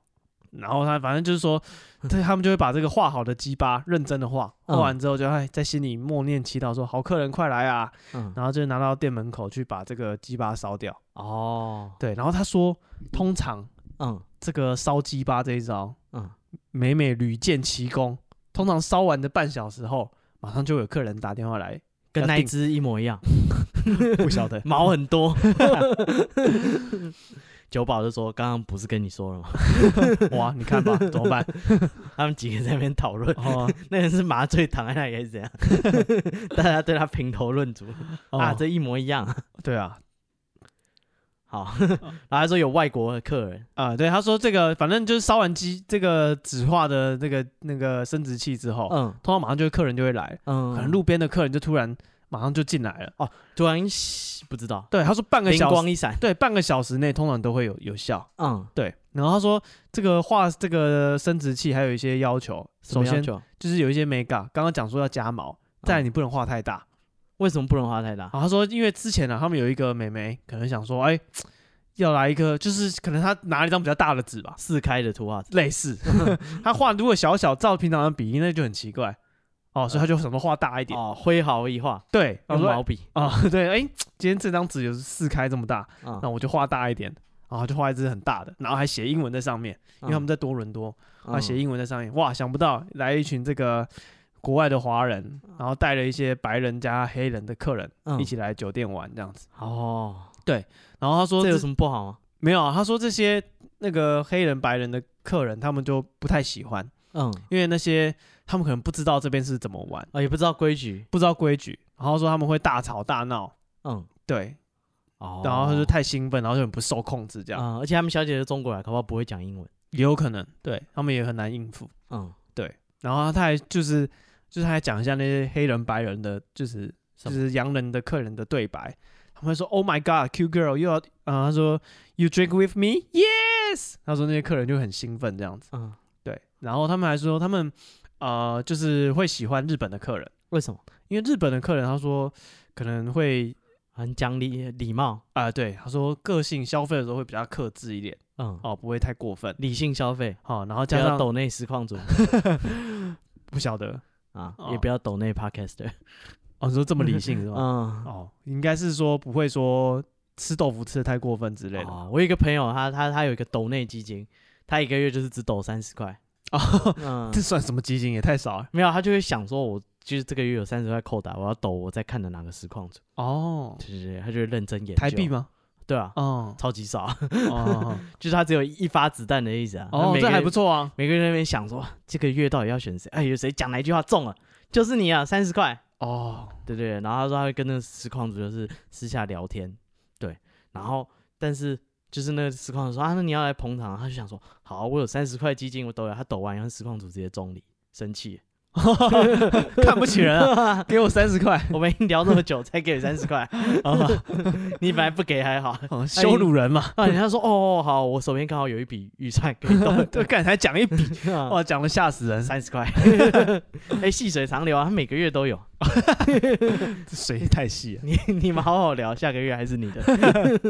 然后他反正就是说，他他们就会把这个画好的鸡巴认真的画，画嗯完之后就哎在心里默念祈祷说好客人快来啊，嗯，然后就拿到店门口去把这个鸡巴烧掉。哦，对，然后他说通常嗯这个烧鸡巴这一招，嗯，每每屡见奇功，通常烧完的半小时后，马上就有客人打电话来，跟要那一定只一模一样，不晓 得毛很多。九宝就说：“刚刚不是跟你说了吗 哇，啊你看吧，怎么办？？”他们几个在那边讨论，哦，那人是麻醉躺在那里还是怎样？ 大家对他评头论足啊，哦这一模一样。对啊，哦好， 然后他说有外国的客人，啊、对，他说这个反正就是烧完鸡这个纸化的那个那个生殖器之后，嗯通常马上就客人就会来，嗯，可能路边的客人就突然马上就进来了。突然嘘不知道，对，他说半个灵小时，光一闪，对，半个小时内通常都会有有效。嗯，对，然后他说这个画这个生殖器还有一些要求，什么首要先求就是有一些美感，刚刚讲说要加毛，再来嗯你不能画太大。为什么不能花太大？啊，他说因为之前呢、他们有一个美眉可能想说，哎、要来一个，就是可能他拿了一张比较大的纸吧，四开的图画纸，类 似，他画如果小小照平常的比例，那就很奇怪。哦，所以他就想说画大一点。嗯哦，挥毫一画，对，他用说哦毛笔， 啊、对，哎、今天这张纸有四开这么大，嗯那我就画大一点。然后就画一只很大的，然后还写英文在上面，因为他们在多伦多，嗯啊，写英文在上面。哇，想不到来一群这个国外的华人，然后带了一些白人加黑人的客人、嗯一起来酒店玩这样子。哦，然后他说这有这什么不好吗？没有啊，他说这些那个黑人白人的客人他们就不太喜欢，嗯，因为那些他们可能不知道这边是怎么玩，啊，也不知道规矩，不知道规矩，然后说他们会大吵大闹，嗯，对，哦，然后他就太兴奋，然后就很不受控制这样，嗯，而且他们小姐是中国人，可不好不会讲英文。也有可能，对他们也很难应付。嗯，然后他还就是就是他还讲一下那些黑人白人的，就是什就么是洋人的客人的对白，他们会说 “Oh my God, cute girl, you are……” 啊、他说 “You drink with me? Yes。”他说那些客人就很兴奋这样子，嗯，对。然后他们还说他们呃就是会喜欢日本的客人，为什么？因为日本的客人他说可能会很讲礼礼貌，啊、对，他说个性消费的时候会比较克制一点嗯，哦，不会太过分理性消费，哦，然后不加要上抖内实况组 不晓得啊哦，也不要抖内 podcaster， 哦，你说这么理性是吧？嗯。哦，应该是说不会说吃豆腐吃的太过分之类的。哦，我有一个朋友，他他他有一个抖内基金，他一个月就是只抖三十块，哦， 嗯这，算什么基金？也太少了。没有，他就会想说我，就是这个月有三十块扣打，我要抖我在看的哪个实况组，哦，对对对，他就会认真研 究。台币？吗？对啊，，哦超级少， 哦，就是他只有一发子弹的意思啊。他哦，每个这还月不。错啊。每个人在那边想说，这个月到底要选谁？哎，有谁讲哪一句话中了，就是你啊，三十块，哦，对对。对然后他说他会跟那个实况组就是私下聊天，对。然后但是就是那个实况组说啊，那你要来捧场啊，他就想说，好啊，我有三十块基金，我抖了。他抖完，然后实况组直接中礼，生气。 看不起人啊！给我三十块，我们已经聊那么久，才给三十块， 你本来不给还好。哦羞辱人 嘛。啊，人家说哦，好，我手边刚好有一笔预算 可以动，对，刚才讲一笔，哇，讲的吓死人，哦三 十块。哎，细水长流啊，他每个月都有。 水太细了。你你们好好聊，下个月还是你的。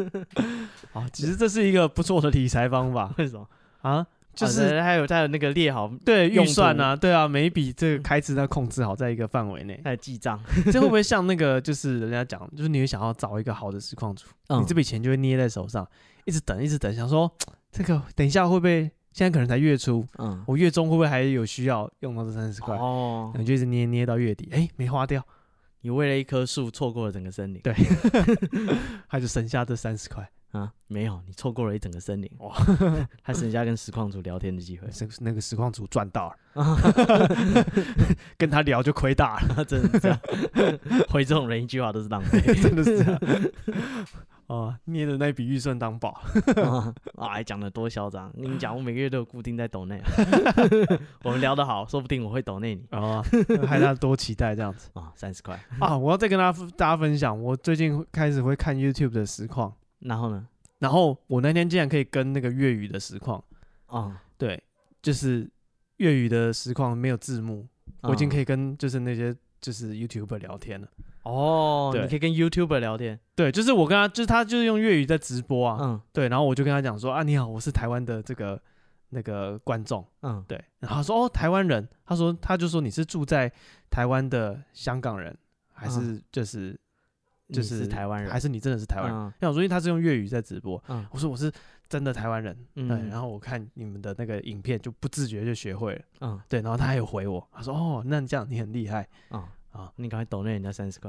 哦，其实这是一个不错的理财方 法为什么？啊，就啊是对还有他有那个列好，对用预途嗯算啊，对啊，每一笔这个开支要控制好在一个范围 内。还有记账。这会不会像那个，就是人家讲，就是你会想要找一个好的实况组，嗯 你这笔钱就会捏在手上，一直等，一直等，想说这个等一下会不会现在可能才月初，嗯，我月中会不会还有需要用到这三十块？哦，你就一直捏捏到月底，哎，没花掉，你为了一棵树错过了整个森林。对他就省下这三十块，啊，没有，你错过了一整个森林。哇哇，还省下跟实况组聊天的 机会。 是那个实况组赚到了，跟他聊就亏大了， 真的是这样， 回这种人一句话都是浪费。真的是这样。 哦，捏的那笔预算当宝， 啊，还讲的多嚣张！你讲我每个月都有固定在 抖内，我们聊得好，说不定我会抖内你啊，害他多期待这样 子啊，三十块。啊！我要再跟大家大家分享，我最近开始会看 YouTube 的实况。然后呢？然后我那天竟然可以跟那个粤语的实况，哦，对，就是粤语的实况没有字幕，我已经嗯可以跟就是那些就是 YouTuber 聊天了。哦，对你可以跟 YouTuber 聊天。对，就是我跟他，就是他就是用粤语在直播啊，嗯对，然后我就跟他讲说啊，你好，我是台湾的这个那个观众，嗯，对，然后他说哦，台湾人，他说他就说你是住在台湾的香港人，还是就是、就你是嗯台湾人，还是你真的是台湾人？嗯那我说因为他是用粤语在直播，嗯我说我是真的台湾人，嗯对，然后我看你们的那个影片就不自觉就学会了，嗯对，然后他还有回我，他说哦，那你这样你很厉害， 嗯啊啊，你赶快抖内人家三十块。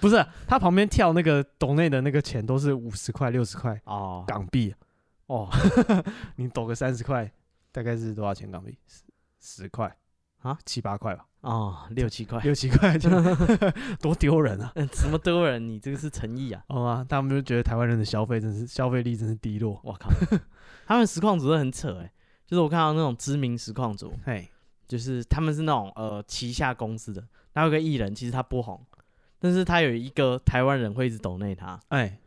不是啊他旁边跳那个抖内的那个钱都是五十块六十块 哦港币，哦 你抖个三十块大概是多少钱港币？十十块啊，七八块吧，哦，六七块，六七块 就多丢人啊！嗯，什么多人？你这个是诚意啊！好吗？他们就觉得台湾人的消费真是消费力真是低落，我靠，他们实况组真的很扯哎、就是我看到那种知名实况组，嘿，就是他们是那种呃旗下公司的，然后有个艺人，其实他不红，但是他有一个台湾人会一直抖内他，哎，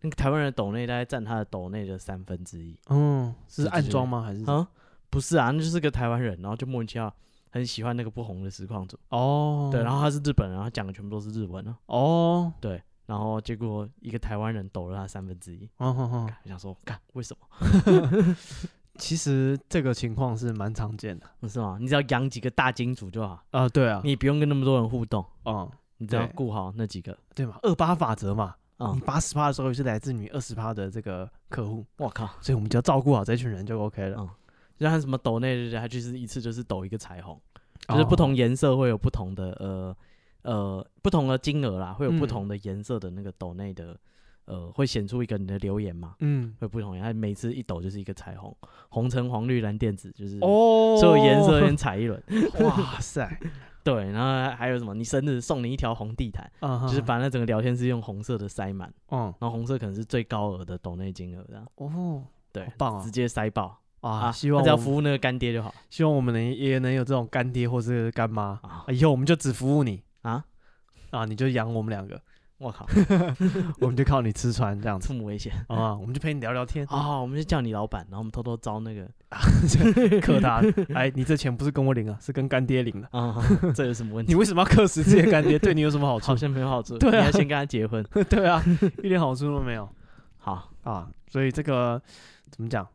那个台湾人的抖内大概占他的抖内的三分之一嗯，是是就是暗装吗？还是啊？不是啊，那就是个台湾人，然后就莫名其妙很喜欢那个不红的实况组，哦，对，然后他是日本人，然后讲的全部都是日文啊，哦，然后结果一个台湾人抖了他三分之一，哦哦哦，我想说，干为什么？其实这个情况是蛮常见的不是吗？你只要养几个大金主就好，啊，对啊，你不用跟那么多人互动，嗯，你只要对顾好那几个。对嘛，二八法则嘛，嗯你八十趴的收益是来自你二十趴的这个客户，我靠，所以我们只要照顾好这群人就 OK 了。嗯就像什么抖内，他就是一次就是抖一个彩虹，嗯就是不同哦颜色会有不同的呃呃不同的金额啦，会有不嗯同的颜色的那个抖内的呃会显出一个你的留言嘛，嗯会不同颜色，它每次一抖就是一个彩虹，红橙黄绿蓝靛紫，就是哦，所有颜色先踩一轮。 哇塞，对，然后还有什么？你生日送你一条红地毯，就就是把那整个聊天室用红色的塞满，嗯然后红色可能是最高额的抖内金额这样，哦对好，棒啊直接塞爆啊！啊！希望他只要我们服务那个干爹就好希望我们能也能有这种干爹或是干妈，啊啊以后我们就只服务你啊！啊，你就养我们两个，我 靠，我们就靠你吃穿这样子 这么危险啊，我们就陪你聊聊天，啊！我们就叫你老板，然后我们偷偷招那个克 他。哎，你这钱不是跟我领啊，是跟干爹领的。啊， 这有什么问你题？为什么要克死自己的干爹？对你有什么好处好？像没有好处，对啊你要先跟他结婚。对啊，一点好处都没有 好，啊。所以这个怎么讲？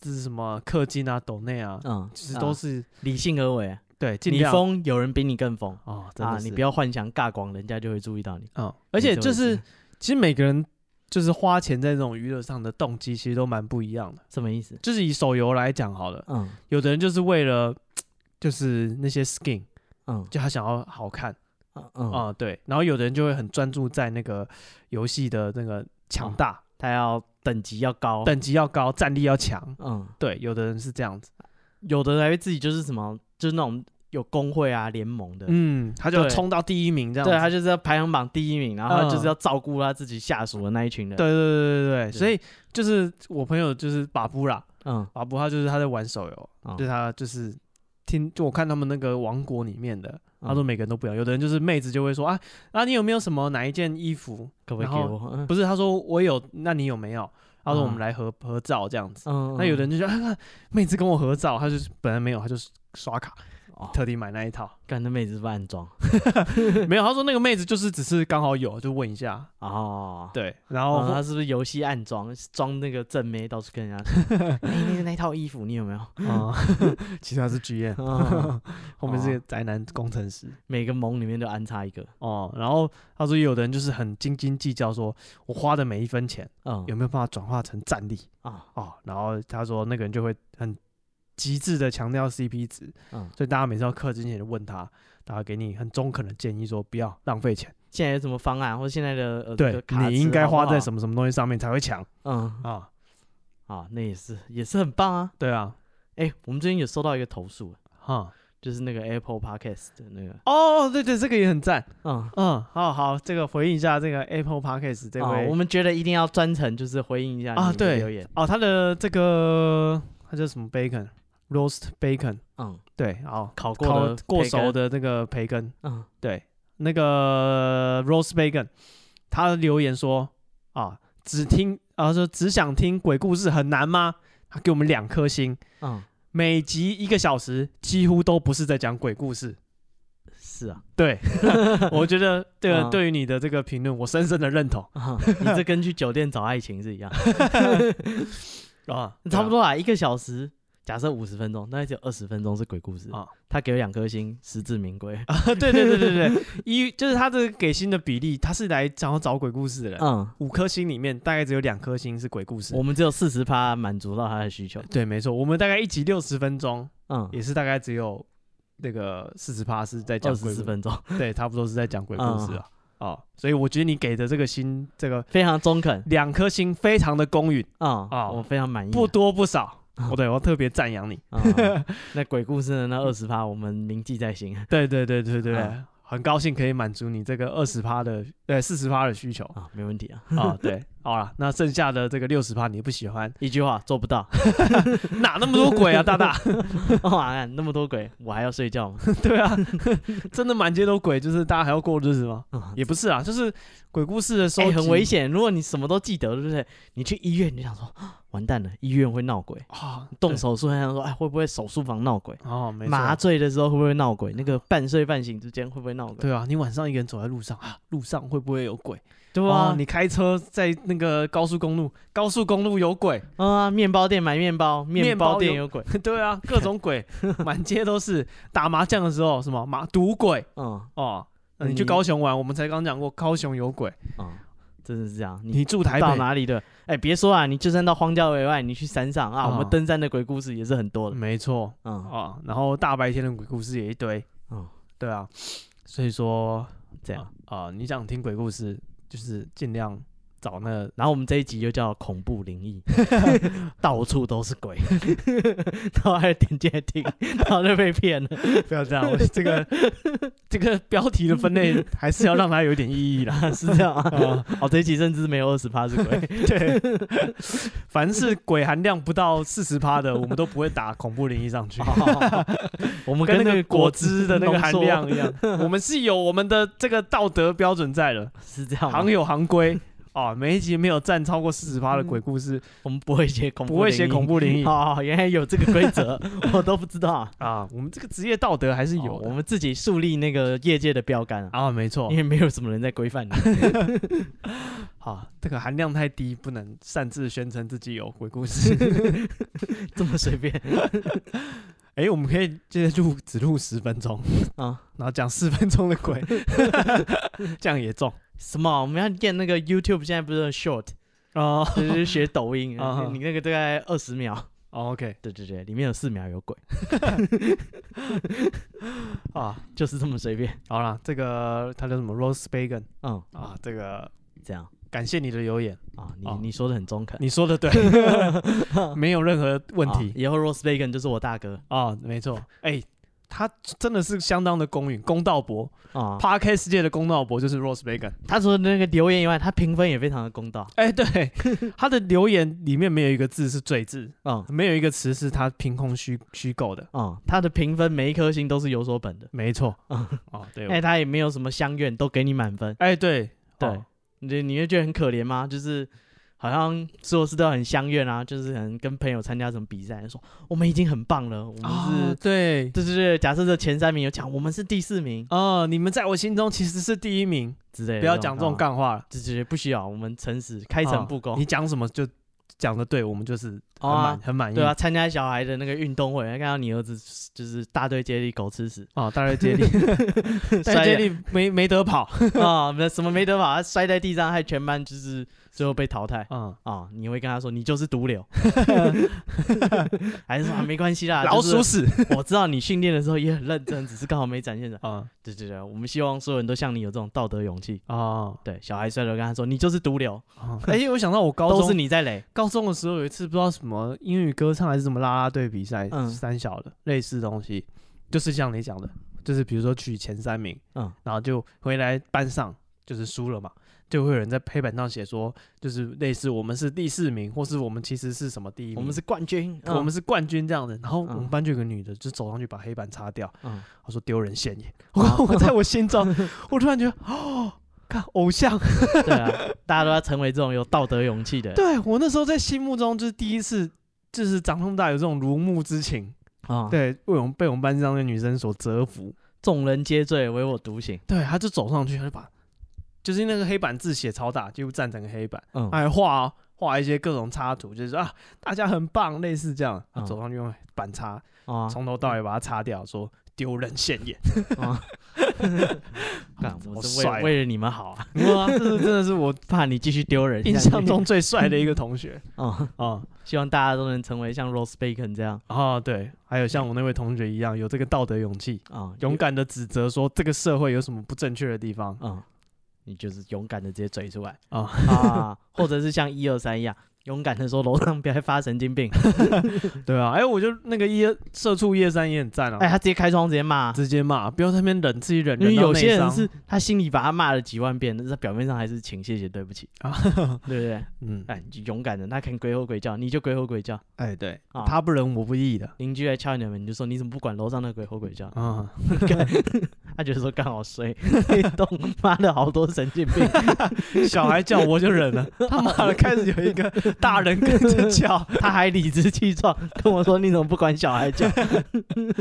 这是什么氪金啊、抖内啊，嗯，其实都啊是理性而为，啊对尽你量疯，有人比你更疯啊，真啊！的你不要要幻想尬光，人家就会注意到你。嗯，而且你就这回是事其实每个人就是花钱在这种娱乐上的动机其实都蛮不一样的。什么意思？就是以手游来讲好了，嗯有的人就是为了就是那些 skin，嗯就他想要好看嗯嗯，啊、对。然后有的人就会很专注在那个游戏的那个强大、他要等级要高，等级要高，战力要强。嗯，对，有的人是这样子，有的还会自己就是什么，就是那种有工会啊、联盟的，嗯，他就对冲到第一名这样子。对他就是要排行榜第一名，然后他嗯就是要照顾他自己下属的那一群人。对，对对对对对，所以就是我朋友就是把布啦，嗯，把布他就是他在玩手游，哦就是他就是听就我看他们那个王国里面的，他说嗯每个人都不一样，有的人就是妹子就会说啊啊你有没有什么哪一件衣服可不可以然给后我？嗯不是，他说我有，那你有没有？他说我们嗯来合、合照这样子。嗯，那有的人人就说、啊，妹子跟我合照，他就是本来没有，他就是刷卡，哦特地买那一套。干那妹子是不是暗装 没有，他说那个妹子就是只是刚好有，就问一下。哦。对，然后、哦，他是不是游戏暗装装那个正妹，到处 跟人家说哎那那套衣服你有没有？啊，其实他是 嗯 GM，、哦我们是个宅男工程师每个盟里面都安插一个，哦。然后他说有的人就是很斤斤计较说，我花的每一分钱嗯有没有办法转化成战力啊哦。然后他说那个人就会很极致的强调 CP 值，嗯，所以大家每次要氪金前就问他，大家给你很中肯的建议说不要浪费钱，现在有什么方案或者现在的呃对你应该花在什么什么东西上面才会强么？嗯啊，啊，那也是也是很棒啊。对啊，哎、我们最近有收到一个投诉，啊哈，就是那个 Apple Podcast 的那个，哦，对对，这个也很赞，嗯，嗯，好好，这个回应一下这个 Apple Podcast 这啊位，我们觉得一定要专程就是回应一下你啊们的对留言，哦，他的这个他叫什么 bacon roast bacon，嗯，对，哦，烤过烤的过培根熟，的那个培根，嗯，对，那个 roast bacon，他留言说啊，只听啊说只想听鬼故事很难吗？他给我们两颗星，嗯，每集一个小时，几乎都不是在讲鬼故事。 是啊，对，我觉得这个嗯对于你的这个评论，我深深的认同啊你这跟去酒店找爱情是一样，啊，差不多啊，一个小时。假设五十分钟，那只有二十分钟是鬼故事啊啊！他给我两颗星，实至名归。对啊。 对对对对 对，一就是他这个给星的比例，他是来想要找鬼故事的人，嗯，五颗星里面大概只有两颗星是鬼故事我。们只有四十趴满足到他的需求。对，没错，我们大概一集六十分钟，嗯，也是大概只有那个四十趴是在讲二鬼十故四分钟，对，差不多是在讲鬼故事嗯啊。哦，所以我觉得你给的这个星，这个非常中肯两颗星非常的公允，啊啊我非常满意啊。不多不少。嗯我对我要特别赞扬 你。啊， 那鬼故事的那二十趴，我们铭记在心啊对对对对对，嗯很高兴可以满足你这个二十趴的，对四十趴的 需求啊、啊，没问题啊。对，好了，那剩下的这个六十趴你不喜欢，一句话做不到， 哪那么多鬼啊，大大？ 哇、那么多鬼，我还要睡觉吗？对啊，真的满街都鬼，就是大家还要过日子吗？啊也不是啊，就是鬼故事的时哎、候、很危险。如果你什么都记得，对不对？你去医院，你就想说， 啊完蛋了，医院会闹鬼；啊，动对手术，还想说，哎，会不会手术房闹鬼？哦，没错麻醉的时候会不会闹鬼？那个半睡半醒之间会不会闹鬼？对啊，你晚上一个人走在路上啊，路上会不会有鬼？对哇、啊，哦你开车在那个高速公路，高速公路有鬼， 啊，面包店买面包，面包包店有有鬼。对啊，各种 鬼，满街都是。打麻将的时候，什么麻赌鬼嗯哦，那你你去高雄玩，我们才刚讲过，高雄有鬼嗯，真的是这样。你你住台到北，哪里的？哎，别说啊，你就算到荒郊野外，你去山上啊，哦我们登山的鬼故事也是很多的。没错嗯，啊。然后大白天的鬼故事也一堆，嗯，对啊。所以说这样。啊、你想听鬼故事，就是尽量找那然后我们这一集又叫恐怖灵异，到处都是鬼， 然后还有点进来听，然后就被骗了。 不要这样，我 这个这个标题的分 类还是要让它有点意义啦。啊，是这样啊。哦，这一集甚至没有二十趴是鬼。 对，凡是鬼含量不到四十趴的，我们都不会打恐怖灵异上去，我们哦跟那那个个果汁的那个含浓量一 样。我们是有我们的这个道德标准在的，缩 是这样吗行，有行规。哦，每一集没有占超过四十趴的鬼故事，我们不会写恐怖，不会写嗯恐。怖灵异哦，原来有这个规则，我都不知道啊。啊。我们这个职业道德还 是哦有我的们自己树立那个业界的标杆啊，啊，没错因。为没有什么人在 规范你。好，这个含量太低，不能擅自宣称自己有鬼故事。 这么随便哎、我们可以接着录，只录十分钟，啊？然后讲四分钟的鬼， 这样也 中什么？我们要练那个 YouTube，现在不是 很 short，哦。就是学抖 音啊，你那个大概二十秒。哦 OK 对对对，里面有四秒有鬼， 啊，就是这么随便。好啦，这个他叫什么 Rose Bacon 嗯，啊，这个这样感谢你的留言，啊，你哦你说的很中肯。你说的 对，没有任何问啊题以后 Rose Bacon 就是我大哥啊、没错。哎、他真的是相当的公允，公道伯啊。 ，Park 世界的公道伯就是 Rose Bacon。他除了那个留言以外，他评分也非常的公道。哎、对，他的留言里面没有一个字是罪字，嗯没有一个词是他凭空虚虚构的，嗯，他的评分每一颗星都是有所本的。没错。嗯哦，对， 哎，他也没有什么相怨，都给你满分。哎、对对哦你你会觉得很可怜吗？就是好像所有事都很相怨啊，就是可能跟朋友参加什么比赛，说我们已经很棒了，我们啊是，对，对对对，假设这前三名有讲，我们是第四名哦，你们在我心中其实是第一名，之类的。不要讲这种干，干话了，对对对，不需要，我们诚实，开诚布哦公你。讲什么就讲的对，我们就是哦很啊满很满意。对啊，参加小孩的那个运动会，看到你儿子就是大队接力狗吃 屎，哦，大热接 力，大热摔接了力没没得跑啊，没什么没得法，他摔在地上，害全班就是最后被淘汰啊，啊！你会跟他说你就是 毒瘤， 还是说、啊、没关系啦？老就是鼠屎我知道你训练的时候也很认真，只是刚好没展现出来。啊对对对，我们希望所有人都像你有这种道德勇气。啊！对，小孩摔了，跟他说你就是毒瘤，哦哎，我想到我高都是中你在累。高中的时候有一次不知道什么英语歌唱还是什么啦啦队比赛，嗯三小的类似东西，就是像你讲的，就是比如说取前三名，嗯然后就回来班上就是输了嘛，就会有人在黑板上写说，就是类似我们是第四名，或是我们其实是什么第一名，嗯我们是冠军，我们是是冠军啊这样的。然后我们嗯班就有个女的就走上去把黑板擦掉，嗯她说丢人现 眼。我我在我心中，我突然觉得哦。看偶像，对啊，大家都要成为这种有道德勇气的人对我那时候在心目中就是第一次，就是长那么大有这种如沐之情，啊。，对，为我们被我们班上的女生所折服。众人皆醉，唯我独醒。对，她就走上去，她就把，就是那个黑板字写超大，几乎占整个黑板，嗯，还画哦画一些各种插图，就是说啊，大家很棒，类似这样。他嗯走上去用板擦，啊，从头到尾把它擦掉，说丢人现 眼。啊， 干我是为好帅了哦为了你 们好啊，哇，这是真的是我怕你继续丢人。印象中，最帅的一 个同学嗯，啊希望大家都能成为像 Rose Bacon 这样啊，对，还有像我那位同学一样有这个道德勇气，啊，勇敢的指责说这个社会有什么不正确的地方嗯，你就是勇敢的直接嘴出来啊啊，或者是像一二三一样，勇敢的说楼上不要发 神经病，对啊，哎，我就那个一社畜一二三也很赞啊，哎，他直接开窗直接骂，直接骂，不要在那边忍自己忍，因为忍到有内些人伤是他心里把他骂了几万遍，但是他表面上还是请谢谢对不 起，啊，对不对？嗯，哎，你就勇敢的，他肯鬼吼鬼叫，你就鬼吼鬼叫，哎，对，啊他不仁我不义的邻居来敲你的门，你就说你怎么不管楼上那鬼吼鬼叫？啊， 他觉得说刚好 睡，那栋妈的好多神经病，小孩叫我就忍了， 他妈的开始有一个 大人跟着 叫， 他还理直气壮跟我说你怎么不管小孩叫？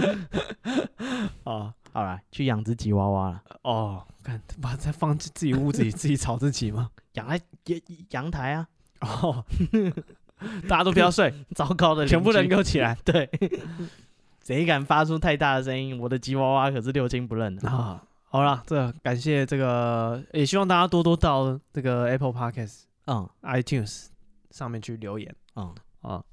啊，好啦，去养只吉娃娃了，哦，看把它放进自己屋 子里自己吵自己吗？养在阳阳台啊， 哦，大家都不要 睡，糟糕的邻居，全部人给我 起来对，谁敢发出太大的声音，我的吉娃娃可是六亲不认的。啊！好啦，这感谢这个，也希望大家多多到这个 Apple Podcast、嗯 iTunes 上面去留言嗯，啊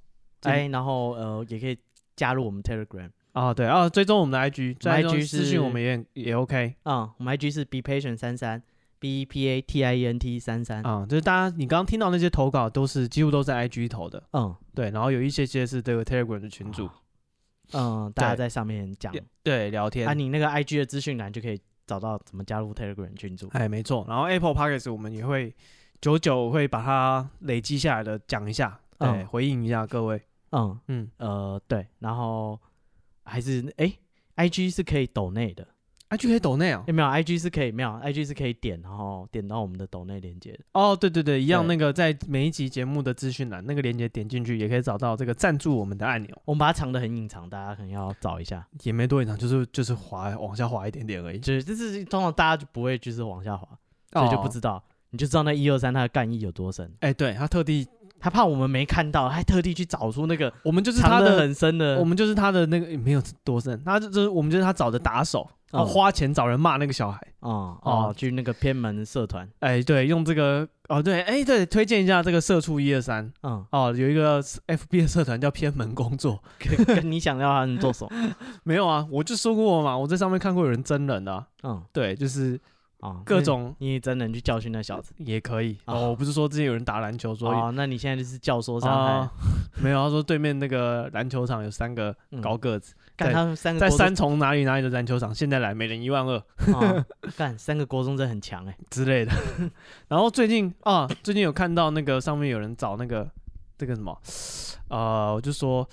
哎，然后呃也可以加入我们 Telegram，啊，对啊，追踪我们的 IG，我追们踪 IG 私是讯我们也也 OK 嗯，我们 IG 是 be patient 三三 b e p a t i e n t 三三，啊，就是大家你刚刚听到那些投稿都是几乎都在 IG 投的，嗯对，然后有一些些是这个 Telegram 的群组，嗯，大家对在上面讲，对，聊天啊，你那个 IG 的资讯栏就可以找到怎么加入 Telegram 群组，哎，没错。然后 Apple Podcast 我们也会久久会把它累积下来的讲一下，对，嗯回应一下各位。嗯嗯呃对，然后还是哎、IG 是可以抖内的， ，IG 可以抖内哦有。没有？IG 是可以没有？IG 是可以点，然后点到我们的抖内连接的。哦，对对对，一样。那对个在每一集节目的资讯栏那个链接点进去，也可以找到这个赞助我们的按钮，我们把它藏得很隐藏，大家可能要找一下。也没多隐藏，就是就是滑往下滑一点点而已，就是就是通常大家就不会就是往下滑，所以就不哦。知道，你就知道那一二三它的干意有多深。哎，对他特地，他怕我们没看到，还特地去找出那个我们就是他藏得的，很深的我。们就是他的那个没有多深，他就就是我们就是他找的打手，嗯哦，花钱找人骂那个小孩。哦哦哦，去那个偏门社团。哎，对，用这个哦，对，哎，对，推荐一下这个社畜一二三， 嗯，哦，有一个 FB 的社团叫偏门工作， 跟跟你想要他们做什么？没有啊，我就说过嘛，我在上面看过有人真人的啊、嗯对，就是啊，各种那你真人去教训那小子。也可以。啊哦，我不是说之前有人打篮球，所以、哦，那你现在就是教唆伤啊 害，没有，他说对面那个篮球场有三个嗯高个子，干在他们三个在国中三重哪里哪里的篮球场，现在来每人一万二哦干三个国中真的很强哎、之类的。 然后最近啊，最近有看到那个上面有人找那个这个什么，呃，我就说。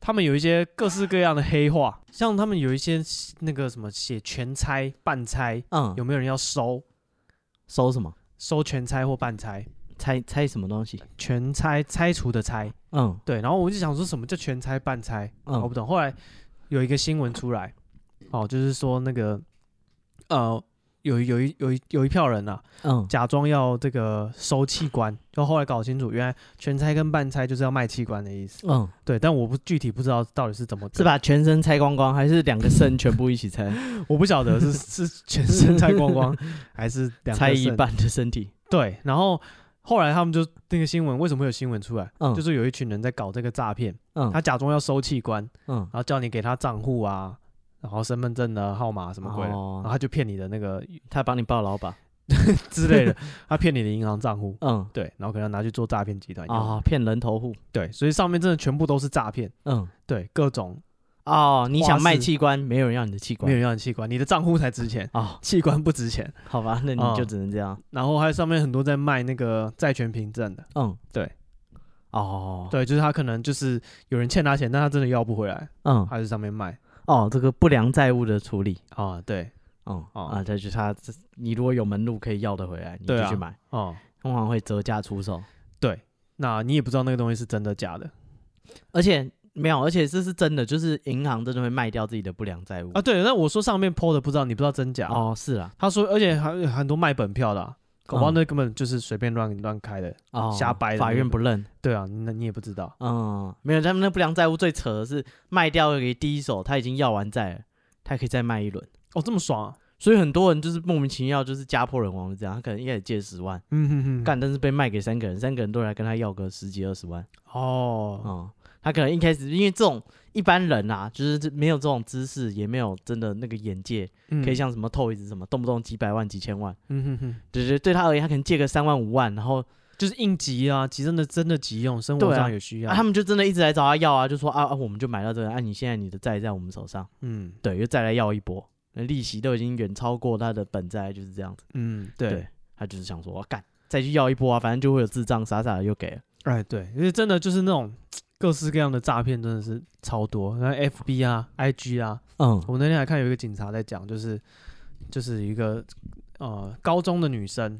他们有一些各式各样的黑话，像他们有一些那个什么写全拆、半拆，嗯，有有没有人要收收什么？收全拆或半拆？猜猜什么东西？全拆拆除的拆，嗯对。然后我就想说什么叫全拆半拆，嗯搞不懂。后来有一个新闻出来，哦，就是说那个呃，有一有一有一有一票人啊，嗯假装要这个收器官，就后来搞清楚，原来全拆跟半拆就是要卖器官的意思。嗯，对，但我不具体不知道到底是怎么，是？把全身拆光光，还是两个肾全部一起拆？我不晓 得是是全身拆光光，还是 两个拆一肾半的身体？对，然后后来他们就那个新闻为什么会有新闻出来？嗯，就是是有一群人在搞这个诈骗，嗯他假装要收器官，嗯然后叫你给他账户啊，然后身份证的号码什么鬼的，哦然后他就骗你的那个他帮你报老板。之类的， 他骗你的银行账户，嗯对，然后可能拿去做诈骗集团用，啊，骗人头户。对，所以上面真的全部都是诈骗，嗯对，各种哦，你花想卖式器官，没有人要你的器没有官。人要你器官，你的账户才值钱，哦，器官不值钱，好吧，那哦你就只能这样。然后还有上面很多在卖那个债权凭证的，嗯，对。哦，对，就是他可能就是有人欠他钱，但他真的要不回来，嗯，他在上面卖哦，这个不良债务的处理，啊，对，嗯哦啊，这就是他，这你如果有门路可以要得回来，你对就啊去买，哦、通常会折价出售。对，那你也不知道那个东西是真的假的而且没有，而且这是真的，就是银行真的会卖掉自己的不良债务啊。对，那我说上面 PO 的不知道，你不知道真假。哦，是啊，他说，而且还有很多卖本票的、啊，搞不好嗯那根本就是随便乱乱开的。哦，瞎掰的法那院个不认。对啊，那你也不知道。嗯，没有，他们那不良债务最扯的是卖掉给第一手，他已经要完债了，他可以再卖一轮。哦，这么爽啊！所以很多人就是莫名其妙，就是家破人亡就这样。他可能一开始借十万，嗯哼哼，干，但是被卖给三个人，三个人都来跟他要个十几二十万。哦，哦、他可能一开始因为这种一般人啊，就是这没有这种知识，也没有真的那个眼界，嗯可以，像什么透一子什么，动不动几百万、几千万，嗯哼哼，对对，对他而言，他可能借个三万五万，然后、就是应急啊，急真的真的急用，生活对啊上有需要。啊、他们就真的一直来找他要啊，就说啊啊，我们就买到这个，啊，你现在你的债在我们手上，嗯对，又再来要一波，那利息都已经远超过他的本债，就是这样子。嗯，对对，他就是想说，我、干，再去要一波啊，反正就会有智障傻傻的又给了。哎对，因为真的就是那种各式各样的诈骗，真的是超多。那 FB 啊、IG 啊，嗯我那天还看有一个警察在讲，就是就是一个呃高中的女生，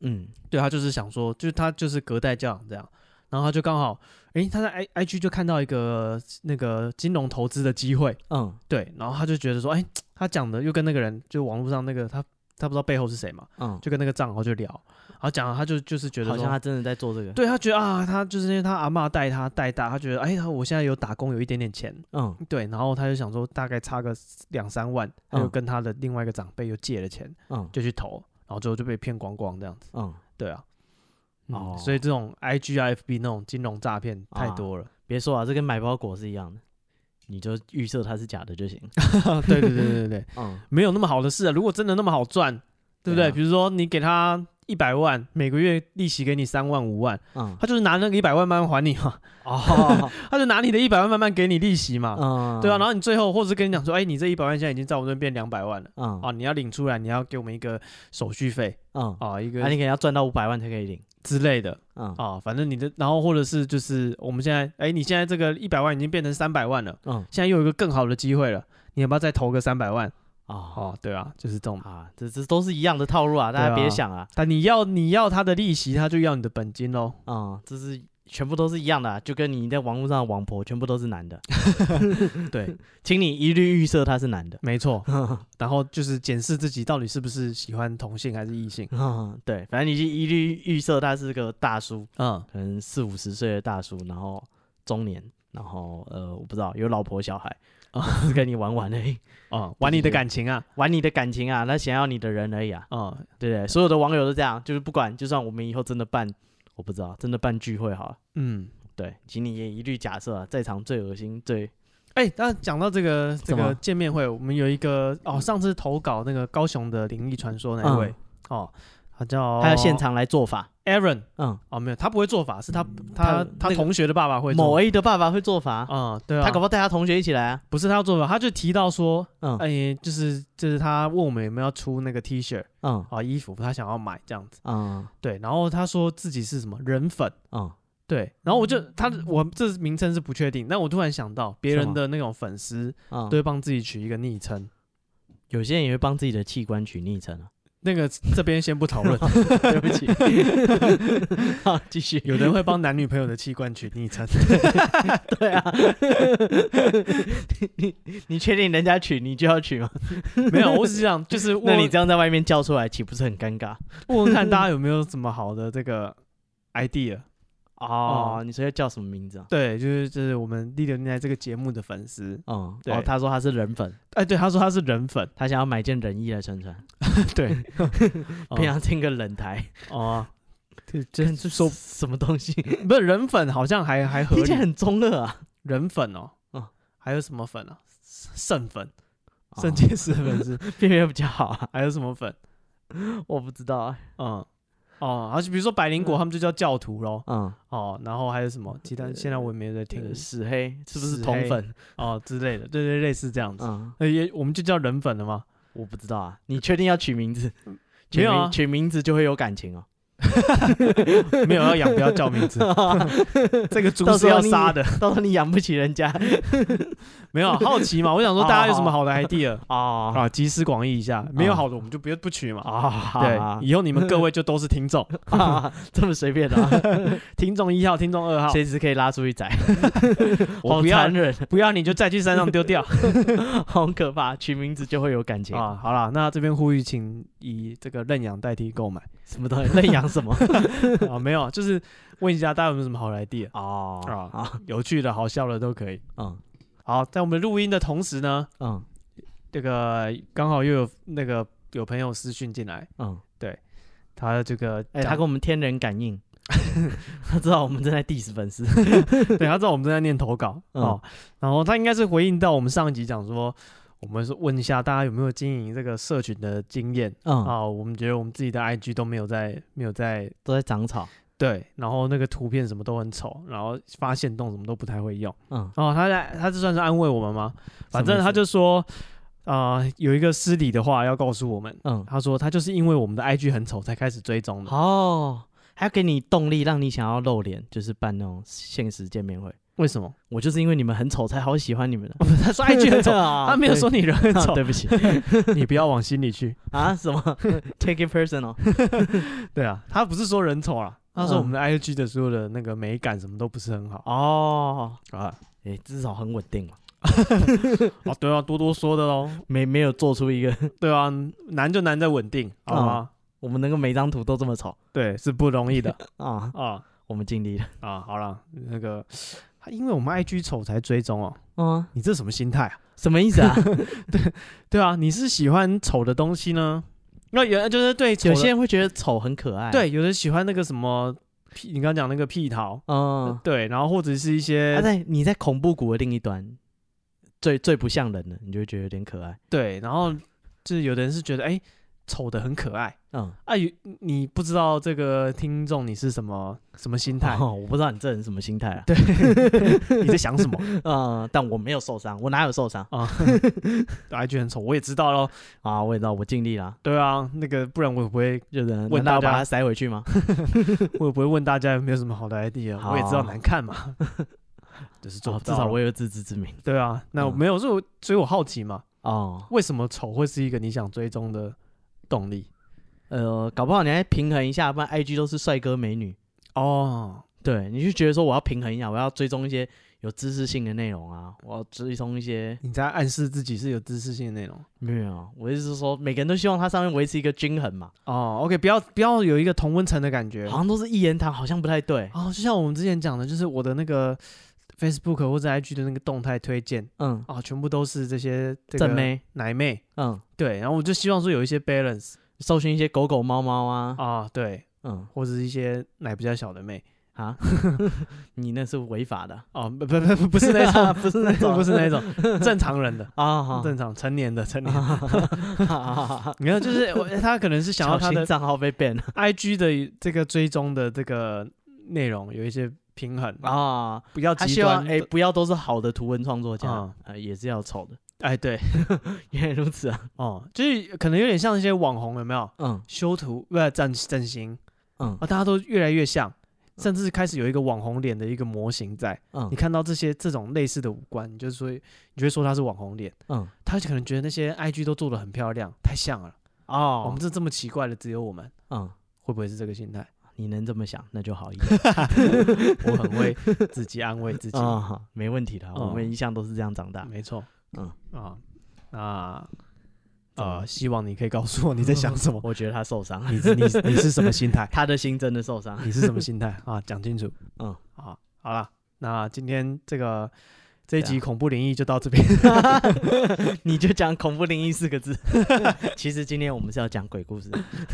嗯对她就是想说，就是她就是隔代教养这样，然后她就刚好，诶，她在 i i g 就看到一个那个金融投资的机会，嗯对，然后她就觉得说，哎、她讲的又跟那个人就网络上那个她他不知道背后是谁嘛，嗯，就跟那个账号就聊，然后讲了他就就是觉得好像说他，真的在做这个，对他觉得啊，他就是因为他阿嬷带他带大，他觉得哎，他我现在有打工有一点点钱，嗯对，然后他就想说大概差个两三万，他就嗯跟他的另外一个长辈又借了钱，嗯就去投，然后最后就被骗光光这样子，嗯，对啊，哦哦，所以这种 IG 啊 FB 那种金融诈骗太啊多了，别说啊，这跟买包裹是一样的，你就预设它是假的就行。 对对对对对，嗯，没有那么好的事啊。如果真的那么好赚，对不对对？啊比如说你给他一百万，每个月利息给你三万五万，嗯，他就是拿那个一百万慢慢还你嘛， 哦，他就拿你的一百万慢慢给你利息嘛，嗯，对啊。然后你最后或者跟你讲说，哎，你这一百万现在已经在我们这边变两百万了。嗯啊，你要领出来，你要给我们一个手续费嗯，啊，一那个你可能要赚到五百万才可以领。之类的嗯啊，反正你的，然后或者是就是我们现在，哎，你现在这个一百万已经变成三百万了，嗯现在又有一个更好的机会了，你要不要再投个三百万？哦哦，对啊，就是这种啊，这这都是一样的套路啊，大对家啊别想啊，但你要你要他的利息，他就要你的本金喽。嗯，这是全部都是一样的啊，就跟你在网络上的网婆全部都是 男的，对，请你一律预设他是 男的。没错。然后就是检视自己到底是不是喜欢同性还是异性。嗯，对，反正你就一律预设他是个大叔，嗯，可能四五十岁的大叔，然后中年，然后呃，我不知道有老婆小孩，只是跟你玩玩而已，哦，玩你的感情啊。玩你的感情啊，那想要你的人而已啊，嗯，对不对？所有的网友都这样，就是不管，就算我们以后真的办，我不知道真的办聚会好了，嗯。对，请你也一律假设、啊、在场最恶心、最哎，那讲到这个这怎么个见面会，我们有一个哦，上次投稿那个高雄的灵异传说那一位嗯哦，他叫还有现场来做法， Aaron 嗯，哦，没有，他不会做法，是他他那他个同学的爸爸会做某 A 的爸爸会做法，啊，对啊，他搞不好带他同学一起来啊，不是他要做法，他就提到说，嗯哎，就是就是他问我们有没有要出那个 T 恤嗯啊衣服，他想要买这样子。嗯对，然后他说自己是什么人粉，嗯，对，然后我就他我这名称是不确定，但我突然想到别是人吗的那种粉丝嗯都，会帮自己取一个昵称，有些人也会帮自己的器官取昵称啊，那个这边先不讨 论，对不起，好，继续，有的人会帮男女朋友的器官取昵称， 对啊，你你你确定人家取你就要取吗？没有，我只是想就是那问你这样在外面叫出来，岂不是很尴尬？问问看大家有没有什么好的这个 idea，哦，你说要叫什么名字啊？对，就是就是我们第六年来这个节目的粉丝，嗯，对哦，他说他是人粉，哎，对，他说他是人粉，他想要买件人衣来穿穿，对， 平常听个冷台，哦，对，跟真是说什么东西，不是人粉好像还还合听理起来，很中二 啊。人粉哦，嗯哦还有什么粉啊？肾粉，肾结石粉 是，辨别比较好啊，还有什么粉？ 我不知道啊。嗯，哦，而且比如说百灵果，他们就叫教徒咯。嗯，哦，然后还有什么其呃他？现在我也没有在听挺死黑是不死是黑同粉？哦之类的，对对，类似这样子。嗯，呃也我们就叫人粉了 吗？我不知道啊。你确定要取名 字？没有啊取名取名字就会有感 情哦。没有要养，不要叫名 字，这个猪到时是候要你杀的。到时候你养不起人家没有好奇嘛？我想说大家有什么好的 idea 哦啊？集思广益一下，没有哦好的我们就不要不取嘛。啊对，以后你们各 位就都是听众，啊， 这么随便的 啊，听众一号，听众二号，随时可以拉出一仔，我好不要残忍，不要你就再去山上丢掉 好可怕，取名字就会有感情啊！！好啦，那这边呼吁，请以这个认养代替购 买什么东西？认养什么？啊，没有，就是问一下大家有没有什么好的 idea， 哦啊啊，有趣的、好笑的都可以。嗯好，在我们录音的同时呢，嗯这个刚好又有那个有朋友私讯进来，嗯，他这个哎，他讲跟我们天人 感应，他知道我们正在 diss 粉丝，对，他知道我们正在念投稿、嗯哦，然后他应该是回应到我们上一集讲说，我们是问一下大家有没有经营这个社群的经验啊、嗯，我们觉得我们自己的 IG 都没有在没有在都在长草，对，然后那个图片什么都很丑，然后发现动什么都不太会用。嗯哦，他在他这算是安慰我们吗？反正什么意思他就说，啊，有一个私底的话要告诉我们。嗯，他说他就是因为我们的 IG 很丑才开始追踪的。哦，还要给你动力，让你想要露脸，就是办那种现实见面会。为什么？我就是因为你们很丑，才好喜欢你 们的。他说 IG 很丑， 啊他没有说你人很对 啊丑对，不起啊你不要往心里去。啊，什么 take it personal？ 对啊，他不是说人丑啦，他说嗯我们的 IG 的所有的那个美感什么都不是很好哦，啊。诶，至少很稳定嘛。哦， 对啊，多多说的喽，没没有做出一个 对啊，难就难在稳定，好不好？我们能够每张图都这么丑对，是不容 易的啊，啊我们尽力了啊，好了，那个，因为我们 IG 丑才追踪哦，啊，你这什么心态啊？什么 意思啊？对啊，你是喜欢丑的东西呢？那原来就是对丑的有些人会觉得丑很可爱，，对，有的喜欢那个什么屁，你刚刚讲那个屁桃，嗯，对，然后或者是一些、啊他在你在恐怖谷的另一端，最最不像人了，你就会觉得有点可爱，对，然后就是有的人是觉得哎丑的很可爱嗯，啊，有你不知道这个听众你是什么什么心态，哦，我不知道你这人什么心态 啊，你在想什么嗯，但我没有受伤，我哪有受伤啊？IG 啊很丑，我也知道咯。啊？我也知道，我尽力了，对啊，那个不然我也不会就是问难大道家把它塞回去吗？我也不会问大家有没有什么好的 idea，我也知道好难看 嘛，就是做 哦不至到少咯我有自知之明对啊，那我嗯没有，所以我所以我好奇嘛，哦。为什么丑会是一个你想追踪的动力？呃，搞不好你还平衡一下，不然 IG 都是帅哥美女，哦，对，你就觉得说我要平衡一下，我要追踪一些有知识性的内容啊，我要追踪一些你在暗示自己是有知识性的内容。没有啊，我意思是说，每个人都希望它上面维持一个均衡嘛，哦，OK，不要不要有一个同温层的感觉。好像都是一言堂，好像不太对。哦，就像我们之前讲的，就是我的那个 Facebook 或者 IG 的那个动态推荐，嗯，哦，全部都是这些这正个妹，奶妹。嗯，对，然后我就希望说有一些 balance 搜寻一些狗狗、猫猫啊，啊、对，嗯或者是一些奶比较小的妹。啊， 你那是违法的，哦，不不不，不是那种， 不是那种，不是那 种，正常人的，啊， 好正常成年的成年的。啊，你看，就是我他可能是 想要他的账号被 ban 了 IG 的这个追踪的这个内容有一些平衡，啊，不要 他哦极希望端的。哎不要都是好的图文创作家嗯，呃也是要丑的， 哎，对，原来如此 啊，哦，就是可能有点像一些网红，有没有嗯修图不是整整形嗯啊？大家都越来越像，甚至开始有一个网红脸的一个模型在。嗯你看到这些这种类似的五官，你就说你就会说他是网红脸，嗯他可能觉得那些 IG 都做的很漂亮，太像了。我哦们，这这么奇怪的只有我们，嗯，会不会是这个心 态？你能这么想，那 就好一点我很会自己安慰自己。 啊，好没问题的，嗯我们一向都是这样长大，没错，嗯啊，那怎么呃，了，希望你可以告诉我你在想什么我觉得他受伤， ，你是你是你是什么心态他的心真的受伤， 你是什么心态啊？讲清楚。嗯，啊，好了，那今天这个这一对集啊恐怖灵异就到这边。你就讲恐怖灵异四个字。 其实今天我们是要讲鬼故事，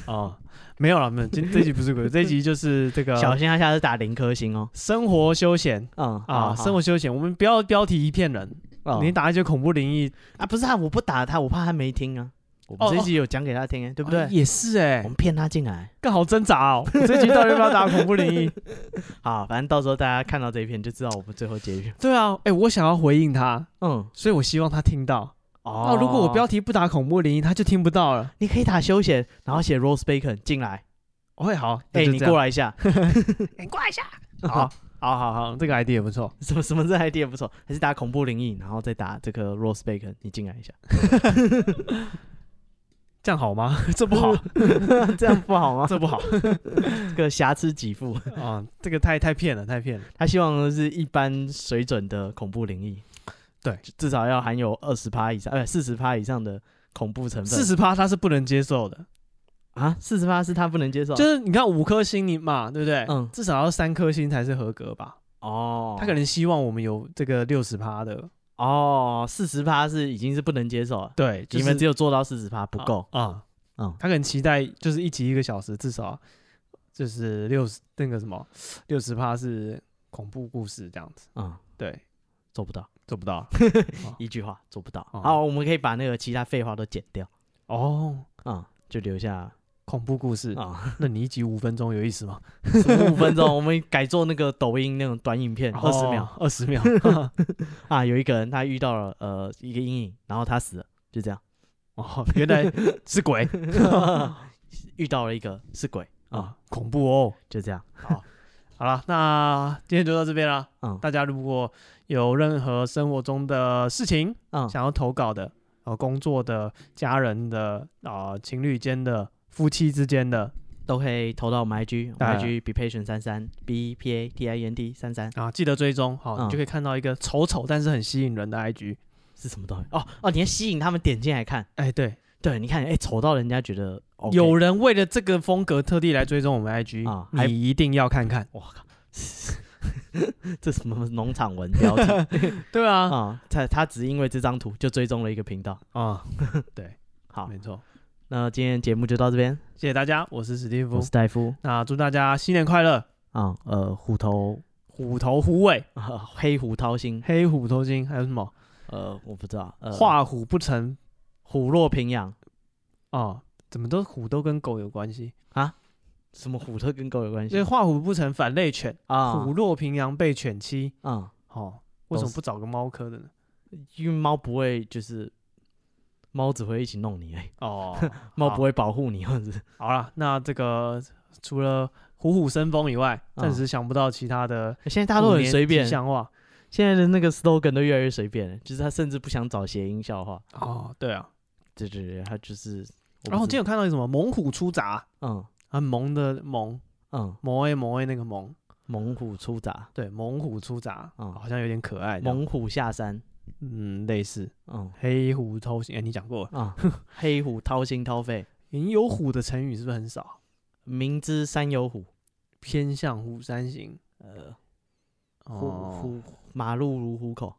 哦，没有了，没有，今这一集不是鬼，这一集就是这小个心他下次打零颗星哦。生活休闲。嗯啊，生活休闲，我们不要标题一骗人。活你打一些恐怖灵异，啊，不是啊，我不打他，我怕他没听啊。我们这一集有讲给他听、欸，对对不对？也是哎我，们骗他进来。更好挣扎哦。我这一集到底要不要打恐怖灵异？好，反正到时候大家看到这一篇就知道我们最后结局。对啊，哎，我想要回应他，嗯，所以我希望他听到。哦那如果我标，题不打恐怖灵异，他就听不到了。你可以打休闲，然后写 Rose Bacon 进来。会好，哎、你过来，来一下， 你欸过来一下。好，好，好，好，这个 ID 也不错。什么什么这 ID 也不错，还是打恐怖灵异，然后再打这个 Rose Bacon，你进来一下，这样好吗？ 这不好，嗯 这样不好吗？ 这不好这个瑕疵给付。啊！这个太太骗了，太骗了。他希望的是一般水准的恐怖灵异，对，至少要含有二十趴以上，呃，四十趴以上的恐怖成分。四十趴他是不能接受的，啊，四十趴是他不能接受，就是你看五颗星你嘛，对不对？嗯至少要三颗星才是合格吧？哦，他可能希望我们有这个六十趴的，哦，四十趴是已经是不能接受了，对，就是你们只有做到四十趴不够，啊。嗯嗯，他可能期待就是一集一个小时，至少就是六十那个什么六十趴是恐怖故事这样子。嗯，对，做不到，做不到。一句话做不到。哦好，我们可以把那个其他废话都剪掉，哦，嗯，就留下恐怖故事，啊，那你一集五分钟有意思吗？什么五分钟，我们改做那个抖音那种短影哦片，二十秒，啊二十秒啊。有一个人他遇到了呃一个阴影，然后他死了，就这样。哦， 原来是鬼 遇到了一个是鬼啊、啊，恐怖哦。就这样。好了，那今天就到这边了。嗯大家如果有任何生活中的事情嗯，想要投稿的，呃，工作的、家人的、啊、情侣间的、夫妻之间的都可以投到我们 IG，我当然们 IG be patient 三三 b p a t i e n t 三三。啊，记得追踪，好，嗯你就可以看到一个丑丑但是很吸引人的 IG。是什么东西？哦哦，你要吸引他们点进来看。哎，对，对，你看，哎，丑到人家 觉得 OK 有人为了这个风格特地来追踪我们 IG，、啊，还你一定要看看。我靠，这什么农场文标题 对啊，啊？他他只因为这张图就追踪了一个频道。啊、好没，错，那今天节目就到这边，谢谢大家，我是史蒂夫我是，戴夫那祝大家新年快乐，啊，呃，虎头虎头虎尾，啊黑虎掏心，黑虎头巾，还有什么呃，我不知道，呃，画虎不成虎落平阳哦，怎么都虎都跟狗有关系，什么虎头跟狗有关所以系画虎不成反类犬，啊？虎落平阳被犬欺，啊，哦，为什都么是不找个猫科的呢？因为猫不会就是猫只会一起弄你而已，，哦猫好不会保护你，或者是 好了，那这个除了虎虎生风以外，暂时想不到其他的现在大家都虎很年随吉便，祥话。现在的那个 slogan 都越来越随便了，就是他甚至不想找谐音笑话，哦，对啊，对对对，他就是。然后我今不知天有看到一个什么猛虎出闸，嗯很萌的萌，嗯，萌 A 萌 A 那个萌，猛虎出闸，对，猛虎出闸，嗯好像有点可爱。猛，虎下山，嗯，类似嗯黑虎偷腥，哎，你讲过了，啊， 黑虎掏心掏肺，云有虎的成语是不是很少？明知山有虎，偏向虎山行，呃，虎哦，虎马路如虎口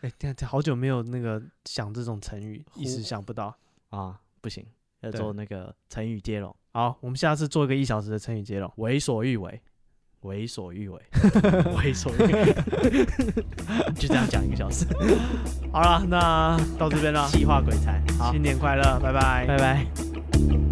哎，这这好久没有那个想这种成语，一时虎想不到。啊，不行，要对做那个成语接龙，好，我们下次做一个一小时的成语接龙。为所欲为，为所欲 为，为所欲为， 就这样讲一个 小时，好了，那到这边了，气化鬼才，好，新年快乐，拜拜拜拜。